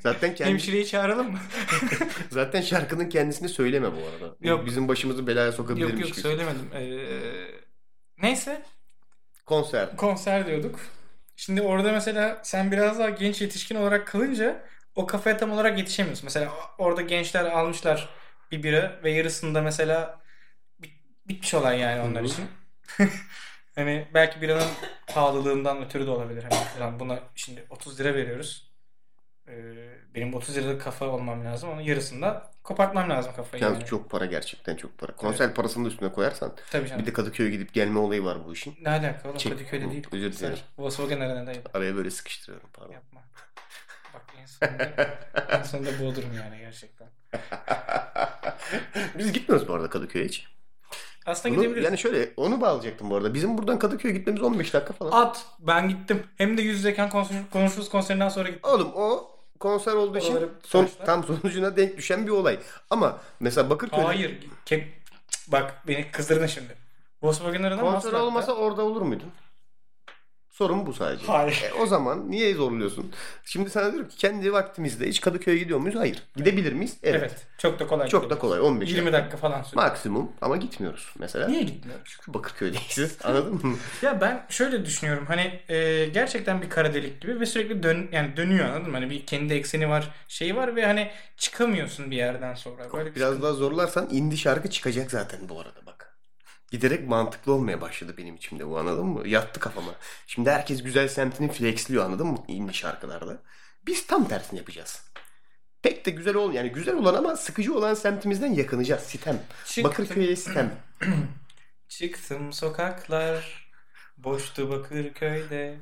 B: Zaten kendi,
A: hemşireyi çağıralım mı?
B: zaten şarkının kendisini söyleme bu arada.
A: Yok.
B: Bizim başımızı belaya sokabilirmiş.
A: yok yok
B: gibi.
A: söylemedim. Ee, neyse.
B: Konser.
A: Konser diyorduk. Şimdi orada mesela sen biraz daha genç yetişkin olarak kalınca o kafaya tam olarak yetişemiyorsun. Mesela orada gençler almışlar bir bira ve yarısında mesela bit- bitmiş olan yani onlar
B: Hı hı.
A: için. hani belki biranın pahalılığından ötürü de olabilir. Hani ulan buna şimdi 30 lira veriyoruz. Ee, benim 30 liralık kafa olmam lazım. Onun yarısında kopartmam lazım kafayı.
B: Yalnız
A: yani.
B: çok para gerçekten çok para. Konser parasını da üstüne koyarsan.
A: Tabii canım.
B: Bir de Kadıköy'e gidip gelme olayı var bu işin.
A: Ne alaka oğlum
B: Çek-
A: Kadıköy'de değil.
B: Özür dilerim.
A: Volkswagen Arena'dayım.
B: Araya böyle sıkıştırıyorum pardon.
A: Yapma. Bak en sonunda, en sonunda boğulurum yani gerçekten.
B: Biz gitmiyoruz bu arada Kadıköy'e hiç.
A: Aslında
B: Bunu-
A: gidebiliriz.
B: yani şöyle onu bağlayacaktım bu arada. Bizim buradan Kadıköy'e gitmemiz 15 dakika falan.
A: At ben gittim. Hem de yüz yüzeyken konuşuruz, konuşuruz konserinden sonra gittim.
B: Oğlum o konser olduğu
A: Oraları
B: için son,
A: başlar.
B: tam sonucuna denk düşen bir olay. Ama mesela Bakırköy'de
A: Hayır. Ke- Bak beni kızdırdın şimdi. Volkswagen Arena
B: konser
A: Maslak'ta.
B: olmasa orada olur muydun? Sorun bu sadece.
A: Hayır.
B: E, o zaman niye zorluyorsun? Şimdi sana diyorum ki kendi vaktimizde hiç Kadıköy'e gidiyor muyuz? Hayır. Gidebilir miyiz? Evet.
A: Evet. Çok da kolay.
B: Çok da kolay şey. 15
A: 20 dakika falan sürüyor.
B: Maksimum ama gitmiyoruz mesela.
A: Niye gitmiyoruz?
B: Çünkü Bakırköy'deyiz anladın mı?
A: Ya ben şöyle düşünüyorum. Hani e, gerçekten bir kara delik gibi ve sürekli dön yani dönüyor anladın mı? Hani bir kendi ekseni var, şeyi var ve hani çıkamıyorsun bir yerden sonra. Böyle bir
B: Biraz daha zorlarsan indi şarkı çıkacak zaten bu arada bak. Giderek mantıklı olmaya başladı benim içimde bu anladın mı? Yattı kafama. Şimdi herkes güzel semtini flexliyor anladın mı indi şarkılarda. Biz tam tersini yapacağız. Pek de güzel olmayan yani güzel olan ama sıkıcı olan semtimizden yakınacağız. Sitem.
A: Çıktım.
B: Bakırköy'e sitem.
A: Çıktım sokaklar, boştu Bakırköy'de.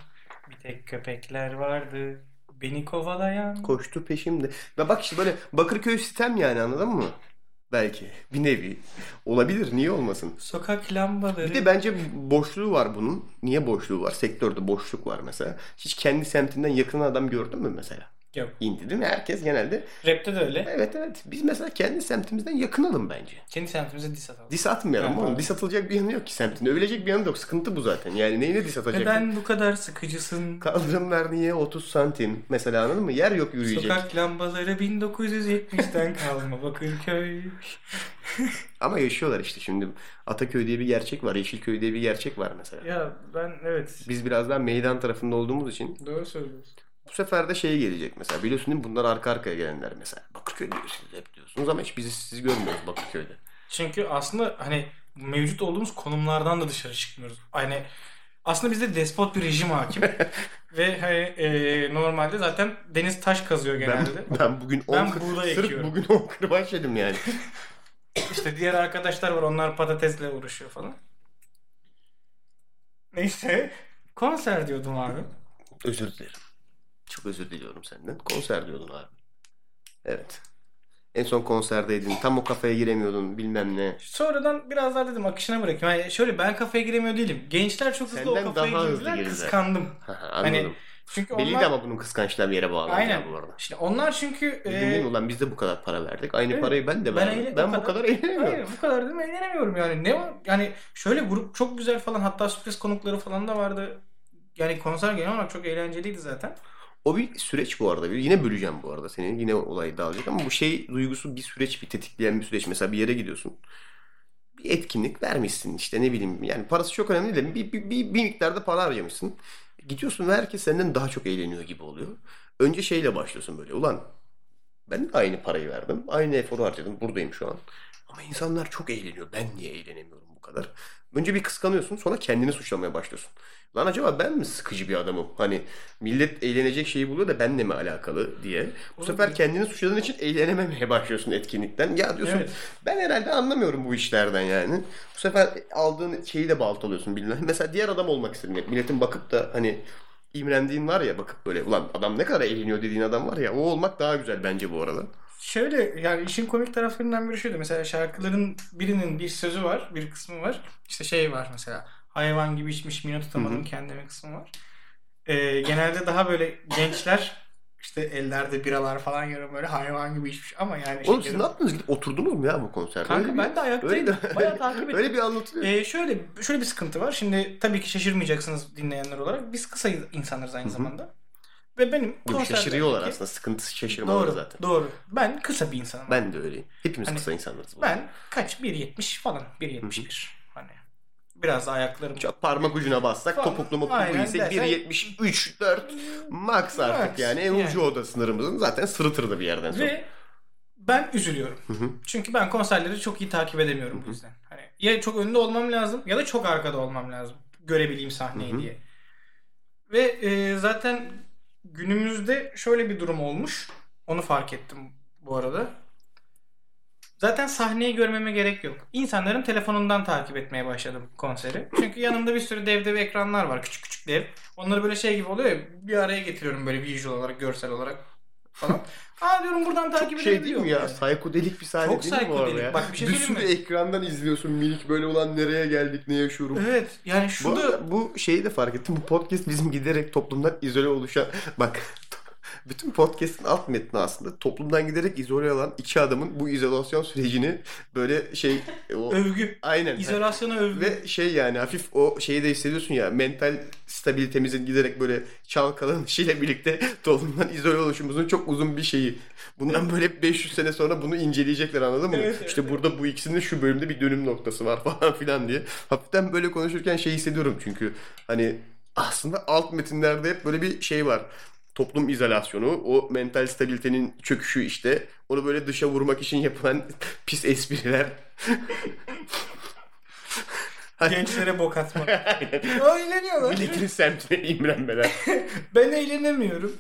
A: Bir tek köpekler vardı, beni kovalayan.
B: Koştu peşimde. Ve bak işte böyle Bakırköy sitem yani anladın mı? Belki bir nevi. Olabilir niye olmasın?
A: Sokak lambaları.
B: Bir de bence boşluğu var bunun. Niye boşluğu var? Sektörde boşluk var mesela. Hiç kendi semtinden yakın adam gördün mü mesela?
A: Yok,
B: İndi değil mi? Herkes genelde
A: rapte de öyle.
B: evet evet biz mesela kendi semtimizden yakınalım bence.
A: Kendi semtimize diss atalım.
B: Dis atmayalım
A: Evet,
B: oğlum.
A: evet.
B: Dis atılacak bir yanı yok ki semtinde. Övülecek bir yanı da yok. Sıkıntı bu zaten. Yani neyine
A: E
B: dis atacak?
A: Neden bu kadar sıkıcısın?
B: Kaldırımlar niye 30 santim? Mesela anladın mı? Yer yok yürüyecek.
A: Sokak lambaları 1970'ten kalma Bakırköy.
B: Ama yaşıyorlar işte şimdi. Ataköy diye bir gerçek var. Yeşilköy diye bir gerçek var mesela.
A: Ya ben evet.
B: Biz biraz daha meydan tarafında olduğumuz için
A: Doğru söylüyorsun.
B: Bu sefer de şey gelecek mesela. Biliyorsun değil mi? Bunlar arka arkaya gelenler mesela. Bakırköy diyorsunuz hep diyorsunuz ama hiç bizi sizi görmüyoruz Bakırköy'de.
A: Çünkü aslında hani mevcut olduğumuz konumlardan da dışarı çıkmıyoruz. Hani Aslında bizde despot bir rejim hakim. Ve hani, e, normalde zaten deniz taş kazıyor
B: Ben,
A: genelde.
B: ben bugün on
A: Ben
B: kır-
A: buğday
B: sırf
A: ekiyorum.
B: bugün 10 kırbaç yedim yani.
A: İşte diğer arkadaşlar var onlar patatesle uğraşıyor falan. Neyse. Konser diyordum abi.
B: özür dilerim. Çok özür diliyorum senden. Konser diyordun abi. Evet. En son konserdeydin. Tam o kafaya giremiyordun bilmem ne.
A: Sonradan biraz daha dedim akışına bırakayım. Yani şöyle ben kafaya giremiyor değilim. Gençler çok hızlı
B: Senden
A: o kafaya
B: daha hızlı
A: girdiler.
B: girdiler.
A: Kıskandım.
B: Ha, ha, Anladım.
A: Çünkü
B: Belliydi
A: Hani onlar...
B: ama bunun kıskançlığa bir yere bağlı.
A: Aynen.
B: Bu arada.
A: İşte onlar çünkü... e,
B: Ee, ulan biz de bu kadar para verdik. Aynı
A: evet.
B: parayı ben de
A: Ben
B: verdim.
A: eyle-
B: Ben,
A: o
B: bu
A: kadar-
B: kadar eğlenemiyorum.
A: Hayır bu kadar dedim eğlenemiyorum yani. Ne var? Yani şöyle grup çok güzel falan hatta sürpriz konukları falan da vardı. Yani konser genel olarak çok eğlenceliydi zaten.
B: O bir süreç bu arada. Yine böleceğim bu arada. Senin yine olay dağılacak ama bu şey duygusu bir süreç bir tetikleyen bir süreç. Mesela bir yere gidiyorsun. Bir etkinlik vermişsin işte ne bileyim. Yani parası çok önemli değil. Bir, bir, bir, bir miktarda para harcamışsın. Gidiyorsun ve herkes senden daha çok eğleniyor gibi oluyor. Önce şeyle başlıyorsun böyle. Ulan ben de aynı parayı verdim. Aynı eforu harcadım. Buradayım şu an. Ama insanlar çok eğleniyor. Ben niye eğlenemiyorum bu kadar? Önce bir kıskanıyorsun sonra kendini suçlamaya başlıyorsun. Lan acaba ben mi sıkıcı bir adamım? Hani millet eğlenecek şeyi buluyor da benle mi alakalı diye. Bu sefer kendini suçladığın için eğlenememeye başlıyorsun etkinlikten. Ya diyorsun
A: Evet.
B: ben herhalde anlamıyorum bu işlerden yani. Bu sefer aldığın şeyi de baltalıyorsun bilmem. Mesela diğer adam olmak istedin. hep. Milletin bakıp da hani imrendiğin var ya bakıp böyle ulan adam ne kadar eğleniyor dediğin adam var ya o olmak daha güzel bence bu arada.
A: Şöyle yani işin komik taraflarından biri şuydu. Mesela şarkıların birinin bir sözü var, bir kısmı var. İşte şey var mesela. Hayvan gibi içmiş, mine tutamadım kendime kısmı var. Ee, genelde daha böyle gençler işte ellerde biralar falan görüyorum böyle hayvan gibi içmiş ama yani
B: Oğlum siz
A: şekerim-
B: ne yaptınız gidip oturdunuz mu ya bu konserde?
A: Kanka
B: Öyle bir-
A: ben de ayaktaydım.
B: öyle-
A: Bayağı takip ettim.
B: Öyle bir anlatılıyor.
A: Ee, şöyle şöyle bir sıkıntı var. Şimdi tabii ki şaşırmayacaksınız dinleyenler olarak. Biz kısa insanlarız aynı zamanda. Ve benim
B: Yok,
A: konserde-
B: şaşırıyorlar aslında. Sıkıntısı şaşırmaları
A: Doğru
B: zaten.
A: Doğru. Ben kısa bir insanım.
B: Ben de öyleyim. Hepimiz
A: Hani
B: kısa insanlarız. bu arada.
A: Ben kaç 1.70 falan 1.71 hani biraz da ayaklarım
B: Çok parmak ucuna bassak
A: Falan.
B: topuklu mopuklu
A: Aynen
B: ise
A: dersen-
B: 1.73 4 max artık
A: Max.
B: yani en ucu
A: Yani.
B: o da sınırımızın zaten sırıtırdı bir yerden sonra.
A: ve ben üzülüyorum.
B: Hı hı.
A: Çünkü ben konserleri çok iyi takip edemiyorum bu yüzden. Hani ya çok önde olmam lazım ya da çok arkada olmam lazım görebileyim sahneyi
B: Hı hı.
A: diye. Ve e, zaten günümüzde şöyle bir durum olmuş. Onu fark ettim bu arada. Zaten sahneyi görmeme gerek yok. İnsanların telefonundan takip etmeye başladım konseri. Çünkü yanımda bir sürü dev dev ekranlar var. Küçük küçük dev. Onları böyle şey gibi oluyor ya. Bir araya getiriyorum böyle visual olarak, görsel olarak falan. Aa diyorum buradan takip
B: Çok
A: edebiliyorum.
B: şey değil mi ya?
A: yani.
B: Saykodelik bir sahne
A: Çok
B: değil mi bu
A: saykodelik.
B: arada ya?
A: Bak bir şey
B: bir
A: söyleyeyim
B: sürü
A: mi?
B: ekrandan izliyorsun minik böyle ulan nereye geldik ne yaşıyorum.
A: Evet. Yani
B: Bu,
A: şurada
B: arada bu şeyi de fark ettim. Bu podcast bizim giderek toplumdan izole oluşan... Bak bütün podcast'in alt metni aslında toplumdan giderek izole olan iki adamın bu izolasyon sürecini böyle şey... O,
A: övgü.
B: aynen.
A: İzolasyona övgü.
B: Ve şey yani hafif o şeyi de hissediyorsun ya mental stabilitemizin giderek böyle çalkalanışıyla birlikte toplumdan izole oluşumuzun çok uzun bir şeyi. Bundan böyle 500 sene sonra bunu inceleyecekler anladın mı?
A: Evet, evet,
B: işte burada bu ikisinin şu bölümde bir dönüm noktası var falan filan diye. Hafiften böyle konuşurken şey hissediyorum çünkü hani aslında alt metinlerde hep böyle bir şey var. Toplum izolasyonu, o mental stabilitenin çöküşü işte. Onu böyle dışa vurmak için yapılan pis espriler.
A: Gençlere bok atmak. Ya eğleniyorlar.
B: Milletin semtine imrenmeler.
A: Ben eğlenemiyorum.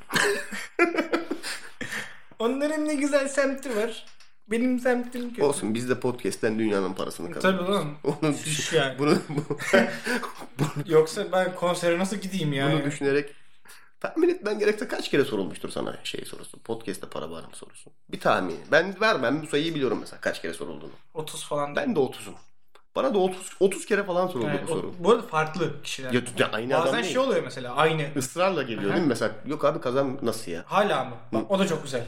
A: Onların ne güzel semti var. Benim semtim kötü.
B: Olsun biz de podcast'ten dünyanın parasını
A: E, Tabii
B: kazanıyoruz.
A: lan.
B: Onu
A: Düş yani.
B: bunu, bu-
A: Yoksa ben konsere nasıl gideyim yani?
B: bunu düşünerek tahmin etmen gerekse kaç kere sorulmuştur sana şey sorusu. Podcast'te para var mı sorusu. Bir tahmini. Ben vermem bu sayıyı biliyorum mesela kaç kere sorulduğunu.
A: 30 falan.
B: Ben de 30'um. Bana da 30 30 kere falan soruldu
A: Yani
B: bu
A: o-
B: soru.
A: bu arada farklı kişiler.
B: Ya, ya aynı adam
A: Bazen
B: değil.
A: şey oluyor mesela aynı.
B: Israrla geliyor değil mi mesela? Yok abi kazan nasıl ya?
A: Hala mı? Bak, o da çok güzel.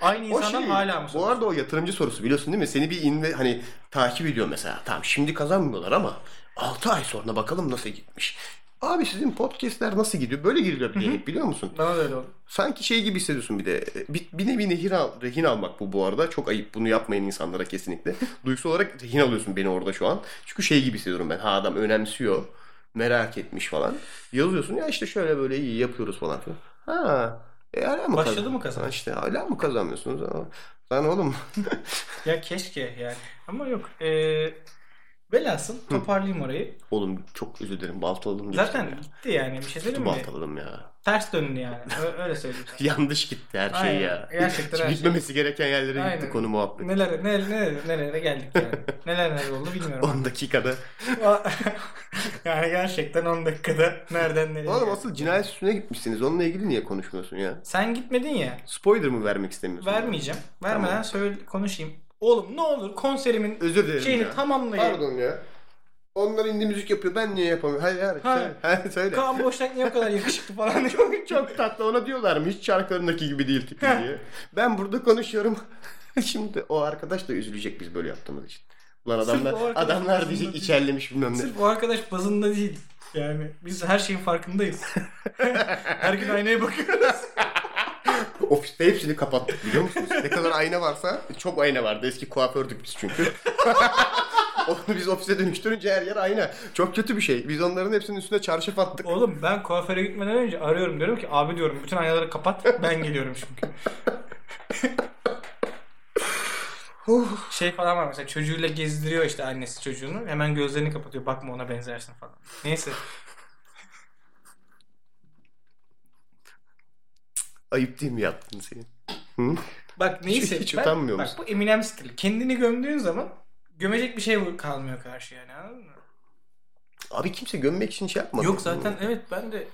A: Aynı
B: O
A: insandan
B: şey,
A: hala mı?
B: Bu arada o yatırımcı sorusu biliyorsun değil mi? Seni bir inve hani takip ediyor mesela. Tamam şimdi kazanmıyorlar ama 6 ay sonra bakalım nasıl gitmiş. Abi sizin podcastler nasıl gidiyor? Böyle giriliyor bir yayın, biliyor musun?
A: Bana da öyle oldu.
B: Sanki şey gibi hissediyorsun bir de. Bir, bir nevi nehir al, rehin almak bu bu arada. Çok ayıp. Bunu yapmayın insanlara kesinlikle. Duygusal olarak rehin alıyorsun beni orada şu an. Çünkü şey gibi hissediyorum ben. Ha adam önemsiyor. Merak etmiş falan. Yazıyorsun ya işte şöyle böyle iyi yapıyoruz falan filan. Ha. E hala mı
A: Başladı
B: kazan-
A: mı kazan?
B: Ha işte hala mı kazanmıyorsunuz? Ha, Lan oğlum
A: Ya keşke yani. Ama yok. Ee, e, Velhasıl toparlayayım orayı.
B: Oğlum çok özür dilerim baltaladım.
A: Zaten
B: geçtim
A: gitti yani bir şey
B: ya.
A: söyleyeyim mi?
B: baltaladım ya.
A: Ters döndü yani. Ö- Öyle söyleyeyim.
B: Yanlış gitti her şey
A: Aynen.
B: ya.
A: Gerçekten her şey.
B: Gitmemesi gereken yerlere gitti
A: Aynen.
B: konu muhabbet.
A: Neler, neler, neler, nerelere geldik yani. Neler neler oldu bilmiyorum.
B: 10 dakikada.
A: yani gerçekten 10 dakikada nereden nereye.
B: Oğlum
A: geldik.
B: asıl cinayet üstüne gitmişsiniz. Onunla ilgili niye konuşmuyorsun ya?
A: Sen gitmedin ya.
B: Spoiler mı vermek istemiyorsun?
A: Vermeyeceğim. Vermeden
B: Tamam.
A: söyle konuşayım. Oğlum ne olur konserimin
B: Özür dilerim
A: şeyini
B: ya.
A: tamamlayın.
B: Pardon ya. Onlar indi müzik yapıyor. Ben niye yapamıyorum? Hayır hayır.
A: Ha.
B: Söyle. Hayır, söyle.
A: Kaan Boşnak niye bu kadar yakışıklı falan diyor.
B: Çok tatlı ona diyorlar mı? Hiç şarkılarındaki gibi değil tipi diye. Ben burada konuşuyorum. Şimdi o arkadaş da üzülecek biz böyle yaptığımız için. Ulan
A: Sırf
B: adamlar,
A: o arkadaş
B: adamlar
A: bazında
B: diyecek
A: değil.
B: içerlemiş bilmem ne.
A: Sırf o arkadaş bazında değil. Yani biz her şeyin farkındayız. her gün aynaya bakıyoruz.
B: Ofiste hepsini kapattık biliyor musunuz? ne kadar ayna varsa çok ayna vardı. Eski kuafördük biz çünkü. Onu biz ofise dönüştürünce her yer ayna. Çok kötü bir şey. Biz onların hepsinin üstüne çarşaf attık.
A: Oğlum ben kuaföre gitmeden önce arıyorum diyorum ki abi diyorum bütün aynaları kapat ben geliyorum çünkü. şey falan var mesela çocuğuyla gezdiriyor işte annesi çocuğunu hemen gözlerini kapatıyor bakma ona benzersin falan. Neyse
B: Ayıp değil mi yaptın seni?
A: bak neyse.
B: hiç utanmıyor
A: bak,
B: musun?
A: bu Eminem stili kendini gömdüğün zaman gömecek bir şey kalmıyor karşı yani anladın mı?
B: Abi kimse gömmek için şey yapmadı.
A: Yok zaten evet ben de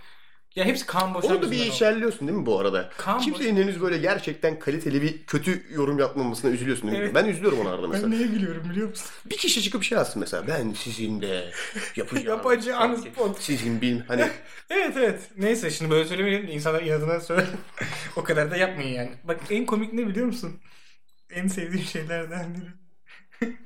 A: ya hepsi kan boşan
B: Onu da bir şey
A: yüzünden oldu.
B: içerliyorsun değil mi bu arada?
A: Kan
B: Kimsenin henüz böyle gerçekten kaliteli bir kötü yorum yapmamasına üzülüyorsun değil mi?
A: Evet.
B: Ben üzülüyorum ona arada mesela.
A: Ben neye gülüyorum biliyor musun?
B: Bir kişi çıkıp şey yazsın mesela. Ben sizin de yapacağım.
A: Yapacağınız podcast.
B: Sizin bin hani
A: Evet evet. Neyse şimdi böyle söylemeyelim de insanlar inadına söyle. o kadar da yapmayın yani. Bak en komik ne biliyor musun? En sevdiğim şeylerden biri.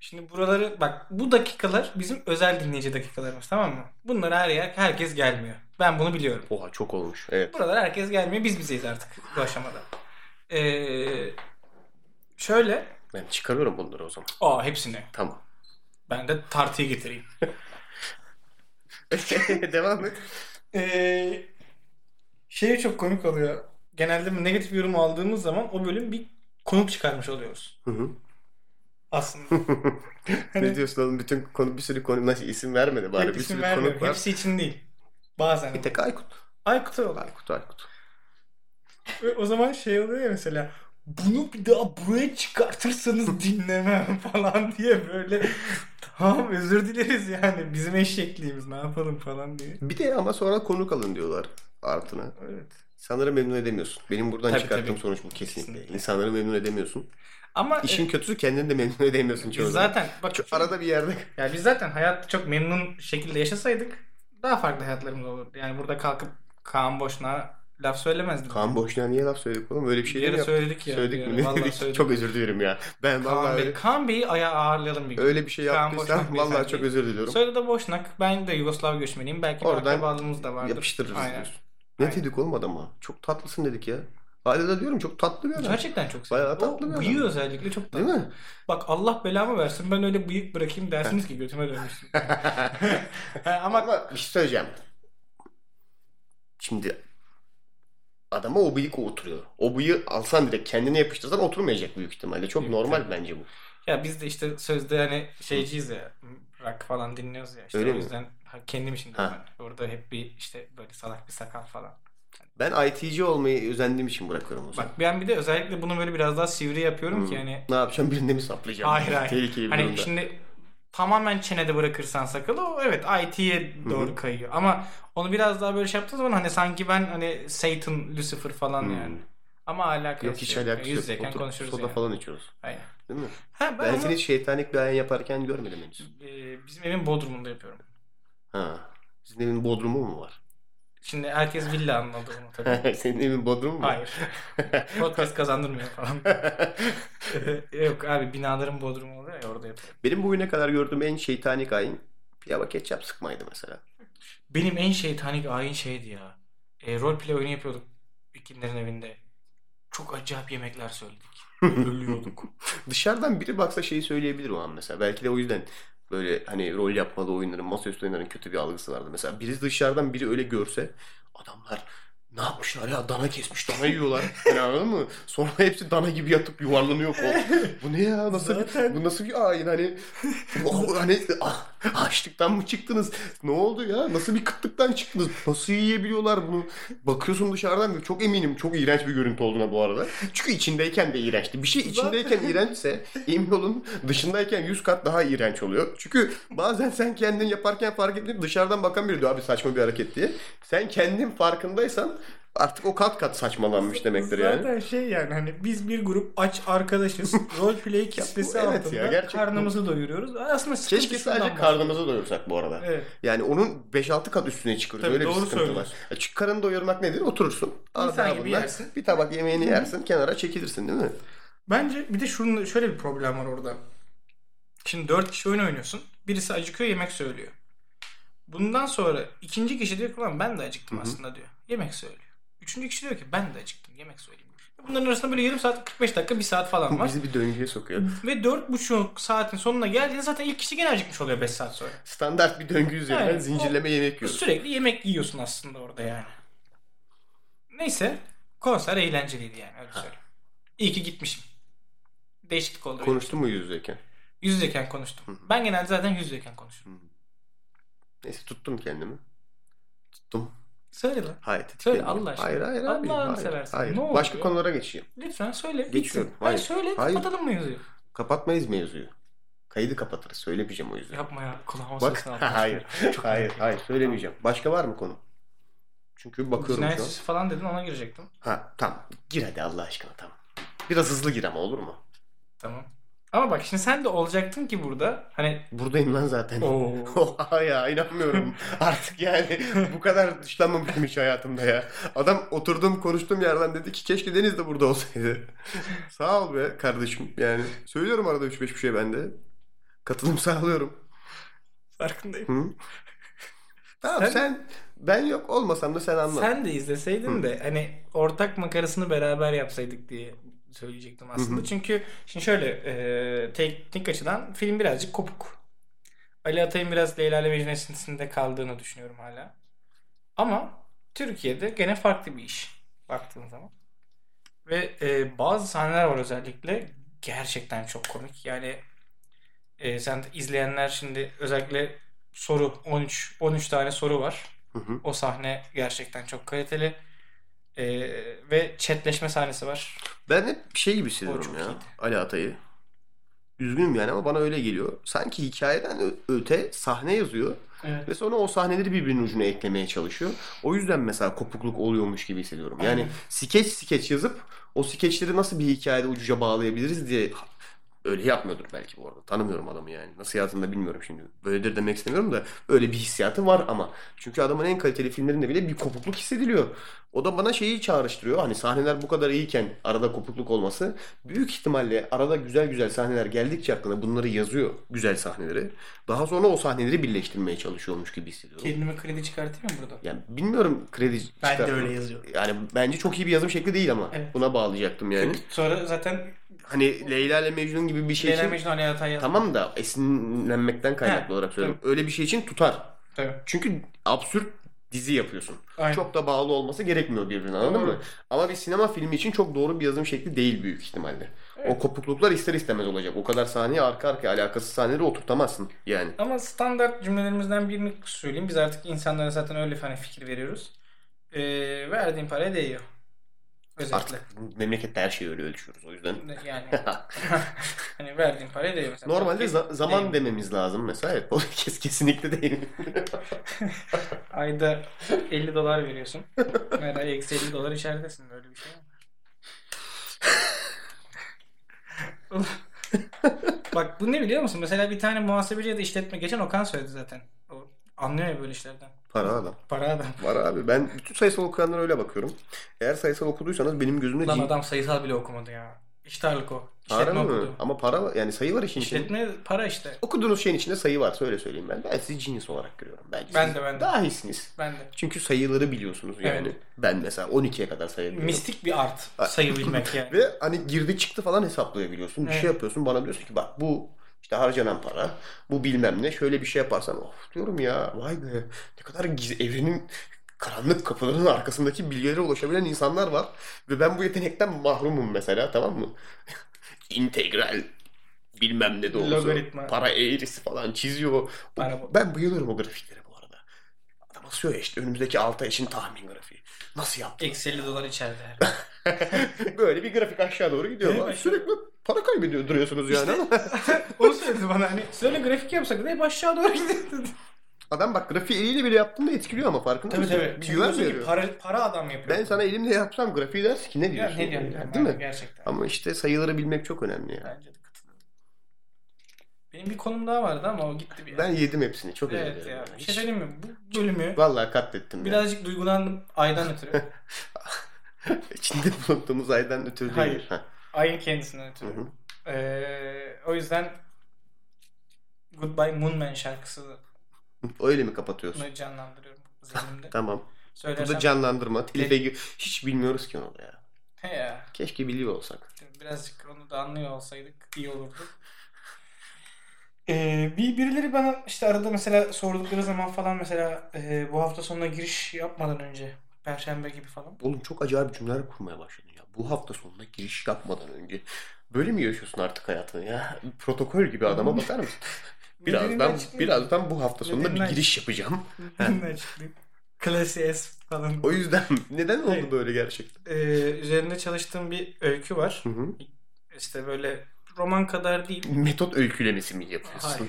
A: şimdi buraları bak bu dakikalar bizim özel dinleyici dakikalarımız tamam mı? Bunlar her yer herkes gelmiyor. Ben bunu biliyorum.
B: oha çok olmuş. Evet.
A: Buralar herkes gelmiyor. Biz bizeyiz artık bu aşamada. Ee, şöyle.
B: Ben çıkarıyorum bunları o zaman.
A: Aa hepsini.
B: Tamam.
A: Ben de tartıyı getireyim.
B: Devam et.
A: Ee, şey çok komik oluyor. Genelde negatif yorum aldığımız zaman o bölüm bir konuk çıkarmış oluyoruz.
B: Hı hı.
A: Aslında.
B: Ne diyorsun oğlum? Bütün konu bir sürü konu nasıl isim vermedi
A: Hep
B: bari. bir
A: Hani isim
B: sürü
A: vermiyorum.
B: konuk var.
A: Hepsi için değil. Bazen.
B: Bir tek Aykut.
A: Aykut'a olan.
B: Aykut Aykut.
A: Ve O zaman şey oluyor ya mesela. Bunu bir daha buraya çıkartırsanız dinlemem falan diye böyle tamam özür dileriz yani bizim eşekliğimiz ne yapalım falan diye.
B: Bir de ama sonra konuk alın diyorlar artına.
A: Evet.
B: İnsanları memnun edemiyorsun. Benim buradan
A: Tabii,
B: çıkarttığım
A: tabii.
B: sonuç bu kesinlikle.
A: Kesinlikle.
B: İnsanları memnun edemiyorsun.
A: Ama
B: İşin
A: e,
B: kötüsü kendini de memnun edemiyorsun çoğu
A: biz
B: zaman.
A: zaten bak
B: Şu arada bir yerde
A: Ya biz zaten hayatta çok memnun şekilde yaşasaydık daha farklı hayatlarımız olurdu. Yani burada kalkıp Kaan Boşna laf söylemezdik.
B: Kaan Boşna niye laf söyledik oğlum? Öyle bir şey
A: Bir yere
B: yok.
A: söyledik ya.
B: Söyledik
A: bir
B: mi?
A: yere.
B: Ne
A: Vallahi
B: dedik?
A: söyledik.
B: Çok özür dilerim ya. Ben
A: Kaan,
B: vallahi
A: Bey,
B: öyle,
A: Kaan Bey'i ayağa ağırlayalım bir gün.
B: öyle bir şey
A: Kaan
B: yaptıysam
A: Boşnak
B: vallahi
A: beyefendi.
B: çok özür diliyorum.
A: Söyle de Boşnak. Ben de Yugoslav göçmeniyim. Belki
B: Oradan
A: Oradan akrabalığımız da vardır.
B: Yapıştırırız
A: Aynen.
B: diyorsun. Ne
A: Aynen.
B: dedik oğlum adama? Çok tatlısın dedik ya. Hala da diyorum çok tatlı bir adam.
A: Gerçekten çok
B: Bayağı
A: seviyorum.
B: tatlı bir
A: O
B: adam.
A: bıyığı özellikle çok tatlı.
B: Değil mi?
A: Bak Allah belamı versin ben öyle bıyık bırakayım dersiniz ki götüme dönmüşsün.
B: Ama,
A: Ama
B: bir şey söyleyeceğim. Şimdi adama o bıyık oturuyor. O bıyığı alsan direkt kendine yapıştırsan oturmayacak büyük ihtimalle. Çok
A: Büyük
B: normal bence bu.
A: Ya biz de işte sözde hani şeyciyiz ya rock falan dinliyoruz ya işte
B: Öyle
A: o
B: mi?
A: yüzden ha, kendim için
B: Ha.
A: ben orada hep bir işte böyle salak bir sakal falan.
B: Ben IT'ci olmayı özendiğim için bırakıyorum o zaman.
A: Bak ben bir de özellikle bunu böyle biraz daha sivri yapıyorum
B: Hmm.
A: ki yani
B: Ne yapacağım? Birinde mi saplayacağım?
A: hayır hayır.
B: Tehlikeli bir
A: hani
B: durumda.
A: şimdi tamamen çenede bırakırsan sakalı o evet IT'ye doğru kayıyor ama onu biraz daha böyle şey yaptığın zaman hani sanki ben hani Satan, Lucifer falan
B: Hı.
A: yani. Ama alakası
B: Hmm. Yok hiç
A: yok.
B: alakası
A: Yüz
B: yok.
A: yüzeyken
B: Oturup
A: konuşuruz
B: soda
A: yani.
B: falan içiyoruz.
A: Aynen.
B: Değil mi?
A: Ha, ben
B: Ben
A: onu,
B: seni hiç şeytanik bir ayin yaparken görmedim henüz.
A: e, bizim evin bodrumunda yapıyorum.
B: Ha. Sizin evin bodrumu mu var?
A: Şimdi herkes villa anladı bunu tabii.
B: Senin evin bodrumu mu?
A: Hayır. Podcast kazandırmıyor falan. Yok abi binaların bodrumu oluyor ya orada yapıyorum.
B: Benim bugüne kadar gördüğüm en şeytanik ayin pilava ketçap sıkmaydı mesela.
A: Benim en şeytanik ayin şeydi ya. E, roleplay oyunu yapıyorduk kimlerin evinde. Çok acayip yemekler söyledik. Ölüyorduk.
B: Dışarıdan biri baksa şeyi söyleyebilir o an mesela. Belki de o yüzden böyle hani rol yapmalı oyunların, masaüstü oyunların kötü bir algısı vardı. Mesela biri dışarıdan biri öyle görse adamlar ne yapmış yapmışlar ya dana kesmiş dana yiyorlar. Yani anladın mı? Sonra hepsi dana gibi yatıp yuvarlanıyor kol. Bu ne ya nasıl
A: Zaten-
B: bu nasıl bir ayin hani bu- hani ah, açlıktan mı çıktınız? Ne oldu ya? Nasıl bir kıtlıktan çıktınız? Nasıl yiyebiliyorlar bunu? Bakıyorsun dışarıdan çok eminim çok iğrenç bir görüntü olduğuna bu arada. Çünkü içindeyken de iğrençti. Bir şey içindeyken iğrençse emin olun dışındayken 100 kat daha iğrenç oluyor. Çünkü bazen sen kendin yaparken fark etmeyip dışarıdan bakan biri diyor abi saçma bir hareket diye. Sen kendin farkındaysan artık o kat kat saçmalanmış demektir yani.
A: Zaten şey yani hani biz bir grup aç arkadaşız. Roleplay kitlesi
B: evet ya,
A: altında
B: gerçekten.
A: karnımızı doyuruyoruz. Aslında sıkıntı
B: Keşke
A: şundan
B: sadece
A: bahsediyor.
B: karnımızı doyursak bu arada.
A: Evet.
B: Yani onun 5-6 kat üstüne çıkıyoruz.
A: Tabii,
B: Öyle
A: doğru
B: bir sıkıntı var.
A: söylüyorsun.
B: Ya Çünkü karını doyurmak nedir? Oturursun.
A: İnsan gibi
B: ağzına
A: yersin.
B: Bir tabak yemeğini yersin. Kenara çekilirsin değil mi?
A: Bence bir de şunun şöyle bir problem var orada. Şimdi dört kişi oyun oynuyorsun. Birisi acıkıyor yemek söylüyor. Bundan sonra ikinci kişi diyor ki ulan ben de acıktım aslında diyor. Yemek söylüyor. Üçüncü kişi diyor ki ben de acıktım yemek söyleyeyim. Bunların arasında böyle yarım saat 45 dakika bir saat falan var.
B: Bizi bir döngüye sokuyor.
A: Ve dört buçuk saatin sonuna geldiğinde zaten ilk kişi gene acıkmış oluyor 5 saat sonra.
B: Standart bir döngü üzerinden
A: Aynen.
B: zincirleme yemek yiyoruz.
A: Sürekli yemek yiyorsun aslında orada yani. Neyse konser eğlenceliydi yani öyle söyleyeyim. İyi ki gitmişim. Değişiklik oldu. benim için.
B: Konuştun mu yüz yüzeyken?
A: Yüz yüzeyken konuştum. Ben genelde zaten yüz yüzeyken konuşurum.
B: Neyse tuttum kendimi. Tuttum.
A: Söyle lan.
B: Hayır.
A: Söyle,
B: tetikledim.
A: Allah aşkına.
B: Hayır hayır abi.
A: Allah'ını
B: hayır,
A: seversen.
B: hayır.
A: Ne oluyor?
B: Başka konulara geçeyim.
A: Lütfen söyle.
B: Geçiyorum.
A: Gitsin. Hayır.
B: Hayır.
A: söyle.
B: Hayır.
A: Kapatalım mı yüzüğü?
B: Kapatmayız mevzuyu. Kaydı kapatırız. Söylemeyeceğim o yüzden.
A: Yapma ya. Kulağıma
B: Bak.
A: sesini atma.
B: hayır. hayır. Hayır. Söylemeyeceğim. Başka var mı konu? Çünkü bakıyorum
A: Cinayet
B: şu an.
A: süsü falan dedin ona girecektim.
B: Ha tamam. Gir hadi Allah aşkına tamam. Biraz hızlı gir ama olur mu?
A: Tamam. Ama bak şimdi sen de olacaktın ki burada. Hani
B: Buradayım lan zaten.
A: Oo.
B: Oha ya inanmıyorum. Artık yani bu kadar dışlanmamışım hiç hayatımda ya. Adam oturduğum konuştuğum yerden dedi ki keşke Deniz de burada olsaydı. Sağ ol be kardeşim yani. Söylüyorum arada 3-5 bir şey bende. Katılım sağlıyorum.
A: farkındayım.
B: Hı? Tamam
A: Sen-
B: sen, ben yok olmasam da sen anla.
A: Sen de izleseydin de hani ortak makarasını beraber yapsaydık diye söyleyecektim aslında. Çünkü şimdi şöyle e, teknik açıdan film birazcık kopuk. Ali Atay'ın biraz Leyla ile Mecnun esintisinde kaldığını düşünüyorum hala. Ama Türkiye'de gene farklı bir iş baktığın zaman. Ve e, bazı sahneler var özellikle gerçekten çok komik. Yani e, sen de izleyenler şimdi özellikle soru 13 13 tane soru var.
B: Hı hı.
A: O sahne gerçekten çok kaliteli. Ee, ve chatleşme sahnesi var.
B: Ben hep şey gibi
A: O çok
B: hissediyorum ya
A: iyiydi.
B: Ali Atay'ı. Üzgünüm yani ama bana öyle geliyor. Sanki hikayeden ö- öte sahne yazıyor
A: Evet.
B: ve sonra o sahneleri birbirinin ucuna eklemeye çalışıyor. O yüzden mesela kopukluk oluyormuş gibi hissediyorum. Yani
A: Aynen.
B: skeç skeç yazıp o skeçleri nasıl bir hikayede ucuca bağlayabiliriz diye öyle yapmıyordur belki bu arada. Tanımıyorum adamı yani. Nasıl yazdığını da bilmiyorum şimdi. Böyledir demek istemiyorum da öyle bir hissiyatı var ama. Çünkü adamın en kaliteli filmlerinde bile bir kopukluk hissediliyor. O da bana şeyi çağrıştırıyor. Hani sahneler bu kadar iyiyken arada kopukluk olması büyük ihtimalle arada güzel güzel sahneler geldikçe aklına bunları yazıyor. Güzel sahneleri. Daha sonra o sahneleri birleştirmeye çalışıyormuş gibi hissediyorum.
A: Kendime kredi çıkartayım mı burada?
B: Yani bilmiyorum kredi
A: Ben de
B: çıkartma.
A: öyle yazıyorum.
B: Yani bence çok iyi bir yazım şekli değil ama.
A: Evet.
B: Buna bağlayacaktım yani.
A: Sonra zaten
B: Hani Leyla ile Mecnun gibi bir şey
A: Leyla
B: için
A: Mecnun Ali Atay yazdı.
B: tamam da esinlenmekten kaynaklı
A: He,
B: olarak söylüyorum. Öyle bir şey için tutar.
A: Tabii.
B: Çünkü absürt dizi yapıyorsun.
A: Aynen.
B: Çok da bağlı olması gerekmiyor birbirine anladın
A: Doğru.
B: mı? Ama bir sinema filmi için çok doğru bir yazım şekli değil büyük ihtimalle. O kopukluklar ister istemez olacak. O kadar saniye arka arkaya alakasız sahneleri oturtamazsın yani.
A: Ama standart cümlelerimizden birini söyleyeyim. Biz artık insanlara zaten öyle hani fikir veriyoruz. Ee, verdiğin paraya değiyor. Özetle.
B: Artık memlekette her şeyi öyle ölçüyoruz o yüzden.
A: Yani hani verdiğin paraya değiyor mesela.
B: Normalde za- zaman
A: Değil.
B: dememiz lazım mesela. Evet, podcast kesinlikle değil.
A: Ayda 50 dolar veriyorsun. Her ay eksi 50 dolar içeridesin. Böyle bir şey mi? var? Bak bu ne biliyor musun? Mesela bir tane muhasebeci ya da işletme geçen Okan söyledi zaten. O anlıyor ya böyle işlerden.
B: Para adam.
A: Para adam.
B: Var abi. Ben bütün sayısal okuyanlara öyle bakıyorum. Eğer sayısal okuduysanız benim gözümde
A: Lan
B: cin-
A: adam sayısal bile okumadı ya. İştarlık o.
B: Para
A: İşletme
B: mı?
A: okudu.
B: Ama para var. Yani sayı var işin içinde.
A: İşletme para işte.
B: Okuduğunuz şeyin içinde sayı var. Öyle söyleyeyim ben. Ben sizi cins olarak görüyorum. Belki
A: Ben
B: siz
A: de, ben de.
B: daha iyisiniz.
A: Ben de.
B: Çünkü sayıları biliyorsunuz yani.
A: Evet.
B: Ben mesela 12'ye kadar sayabiliyorum.
A: Mistik bir art sayı bilmek yani.
B: Ve hani girdi çıktı falan hesaplayabiliyorsun. Bir
A: Evet.
B: şey yapıyorsun. Bana diyorsun ki bak bu işte harcanan para. Bu bilmem ne. Şöyle bir şey yaparsan of diyorum ya. Vay be. Ne kadar giz, evrenin karanlık kapıların arkasındaki bilgilere ulaşabilen insanlar var. Ve ben bu yetenekten mahrumum mesela tamam mı? İntegral bilmem ne doğrusu.
A: Logaritma.
B: Para eğrisi falan çiziyor. O-
A: Araba.
B: Ben bayılıyorum o grafiklere bu arada. Adam asıyor ya işte önümüzdeki 6 ay için tahmin grafiği. Nasıl yaptı?
A: 50 dolar içeride.
B: Böyle bir grafik aşağı doğru gidiyor.
A: Değil
B: Ama
A: mi?
B: Sürekli para kaybediyor duruyorsunuz yani ama.
A: Onu söyledi bana hani söyle grafik yapsak da hep aşağı doğru gidiyor dedi.
B: Adam bak grafiği eliyle bile yaptığında etkiliyor ama farkında
A: Tabii
B: mısın?
A: tabii.
B: Bir
A: Çünkü
B: güven
A: diyorsun ki
B: veriyor.
A: para, para adam yapıyor.
B: Ben sana elimle yapsam grafiği dersin ki ne
A: ya,
B: diyorsun?
A: ne diyorum
B: Yani,
A: yani,
B: değil mi?
A: Gerçekten.
B: Ama işte sayıları bilmek çok önemli ya.
A: Bence de katılıyorum. Benim bir konum daha vardı ama o gitti bir yere.
B: Ben yedim hepsini. Çok özür
A: evet
B: dilerim.
A: ya. Bir
B: Hiç-
A: şey söyleyeyim mi? Bu bölümü
B: Vallahi katlettim ya.
A: birazcık duygulandım aydan ötürü.
B: İçinde bulunduğumuz aydan ötürü değil.
A: Hayır.
B: Ha.
A: Ayın kendisinden
B: Hı
A: ötürü.
B: hı.
A: Ee, o yüzden Goodbye Moonman şarkısını
B: Öyle mi kapatıyorsun?
A: canlandırıyorum zihnimde.
B: Tamam. Bu
A: Söylersem
B: da canlandırma. Telife gir- Hiç bilmiyoruz ki onu ya.
A: he ya,
B: Keşke biliyor olsak.
A: birazcık onu da anlıyor olsaydık iyi olurdu. Ee, bir birileri bana işte arada mesela sordukları zaman falan mesela e, bu hafta sonuna giriş yapmadan önce Perşembe gibi falan.
B: Oğlum çok acayip cümleler kurmaya başladın ya. Bu hafta sonuna giriş yapmadan önce. Böyle mi yaşıyorsun artık hayatını ya? Protokol gibi adama bakar mısın? Birazdan,
A: Nedeninden çıkmayayım.
B: birazdan bu hafta sonunda bir
A: Nedeninden-
B: giriş yapacağım.
A: Nedeninden çıkmayayım. Klasi S falan.
B: O yüzden neden oldu
A: Hayır.
B: böyle gerçekten?
A: Ee, üzerinde çalıştığım bir öykü var.
B: Hı hı.
A: İşte böyle roman kadar değil.
B: Metot öykülemesi mi yapıyorsun?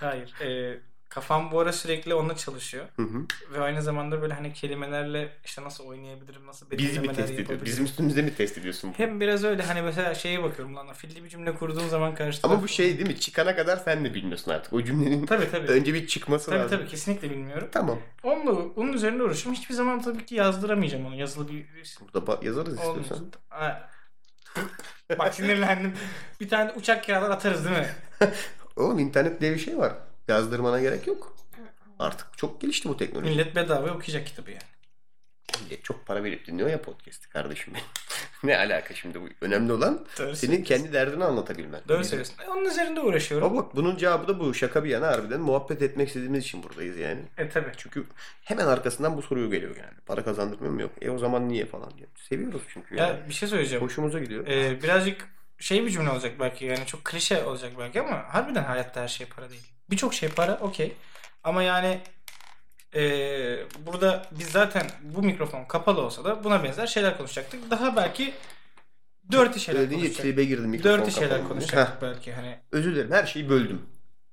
A: Hayır. Hayır. Ee, kafam bu ara sürekli ona çalışıyor.
B: Hı hı.
A: Ve aynı zamanda böyle hani kelimelerle işte nasıl oynayabilirim, nasıl
B: Bizi mi
A: belirlemeler
B: test ediyor?
A: yapabilirim.
B: Bizim üstümüzde mi test ediyorsun?
A: Hem biraz öyle hani mesela şeye bakıyorum lan afilli bir cümle kurduğum zaman karşı
B: Ama
A: taraf-
B: bu şey değil mi? Çıkana kadar sen de bilmiyorsun artık. O cümlenin
A: Tabii tabii.
B: önce bir çıkması
A: tabii
B: lazım.
A: tabii kesinlikle bilmiyorum.
B: Tamam.
A: Onunla, onun üzerine uğraşıyorum. Hiçbir zaman tabii ki yazdıramayacağım onu. Yazılı bir
B: Burada ba- yazarız istiyorsan.
A: Olmuyor. Ha. Bak sinirlendim. Bir tane de uçak kiralar atarız değil mi?
B: Oğlum internet diye bir şey var. Yazdırmana gerek yok. Artık çok gelişti bu teknoloji.
A: Millet bedava okuyacak kitabı yani.
B: Millet çok para verip dinliyor ya podcast'i kardeşim benim. ne alaka şimdi bu? Önemli olan
A: Doğru
B: senin kendi derdini anlatabilmen.
A: Doğru söylüyorsun. E, Onun üzerinde uğraşıyorum.
B: Ama bak bunun cevabı da bu. Şaka bir yana harbiden muhabbet etmek istediğimiz için buradayız yani.
A: E tabii.
B: Çünkü hemen arkasından bu soruyu geliyor yani. Para kazandırmıyor mu? Yok. E o zaman niye falan diye. Seviyoruz çünkü yani.
A: Ya bir şey söyleyeceğim.
B: Hoşumuza gidiyor.
A: E, birazcık şey bir cümle olacak belki yani çok klişe olacak belki ama harbiden hayatta her şey para değil. Birçok şey para okey. Ama yani e, burada biz zaten bu mikrofon kapalı olsa da buna benzer şeyler konuşacaktık. Daha belki dörtü şeyler
B: Öyle deyince
A: konuşacaktık.
B: tribe girdim. şey, mikrofon
A: Dörtü şeyler
B: kapandı. Heh,
A: konuşacaktık belki hani.
B: Özür dilerim. Her şeyi böldüm.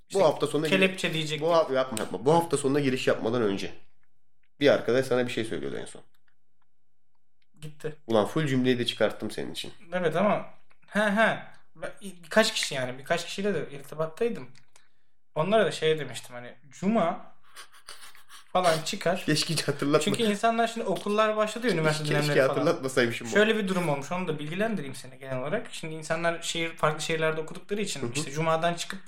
A: İşte
B: bu hafta sonuna
A: Kelepçe diyecek.
B: Bu hafta yapma yapma. Bu hafta sonuna giriş yapmadan önce. Bir arkadaş sana bir şey söylüyordu en son.
A: Gitti.
B: Ulan full cümleyi de çıkarttım senin için.
A: Evet ama he he Ben- birkaç kişi yani birkaç kişiyle de irtibattaydım. Onlara da şey demiştim hani cuma falan çıkar.
B: Keşke hiç hatırlatma.
A: Çünkü insanlar şimdi okullar başladı ya üniversite
B: Keşke
A: dönemleri falan.
B: hatırlatmasaymışım. bu.
A: Şöyle bir durum olmuş onu da bilgilendireyim seni genel olarak. Şimdi insanlar şehir farklı şehirlerde okudukları için
B: Hı hı.
A: işte cumadan çıkıp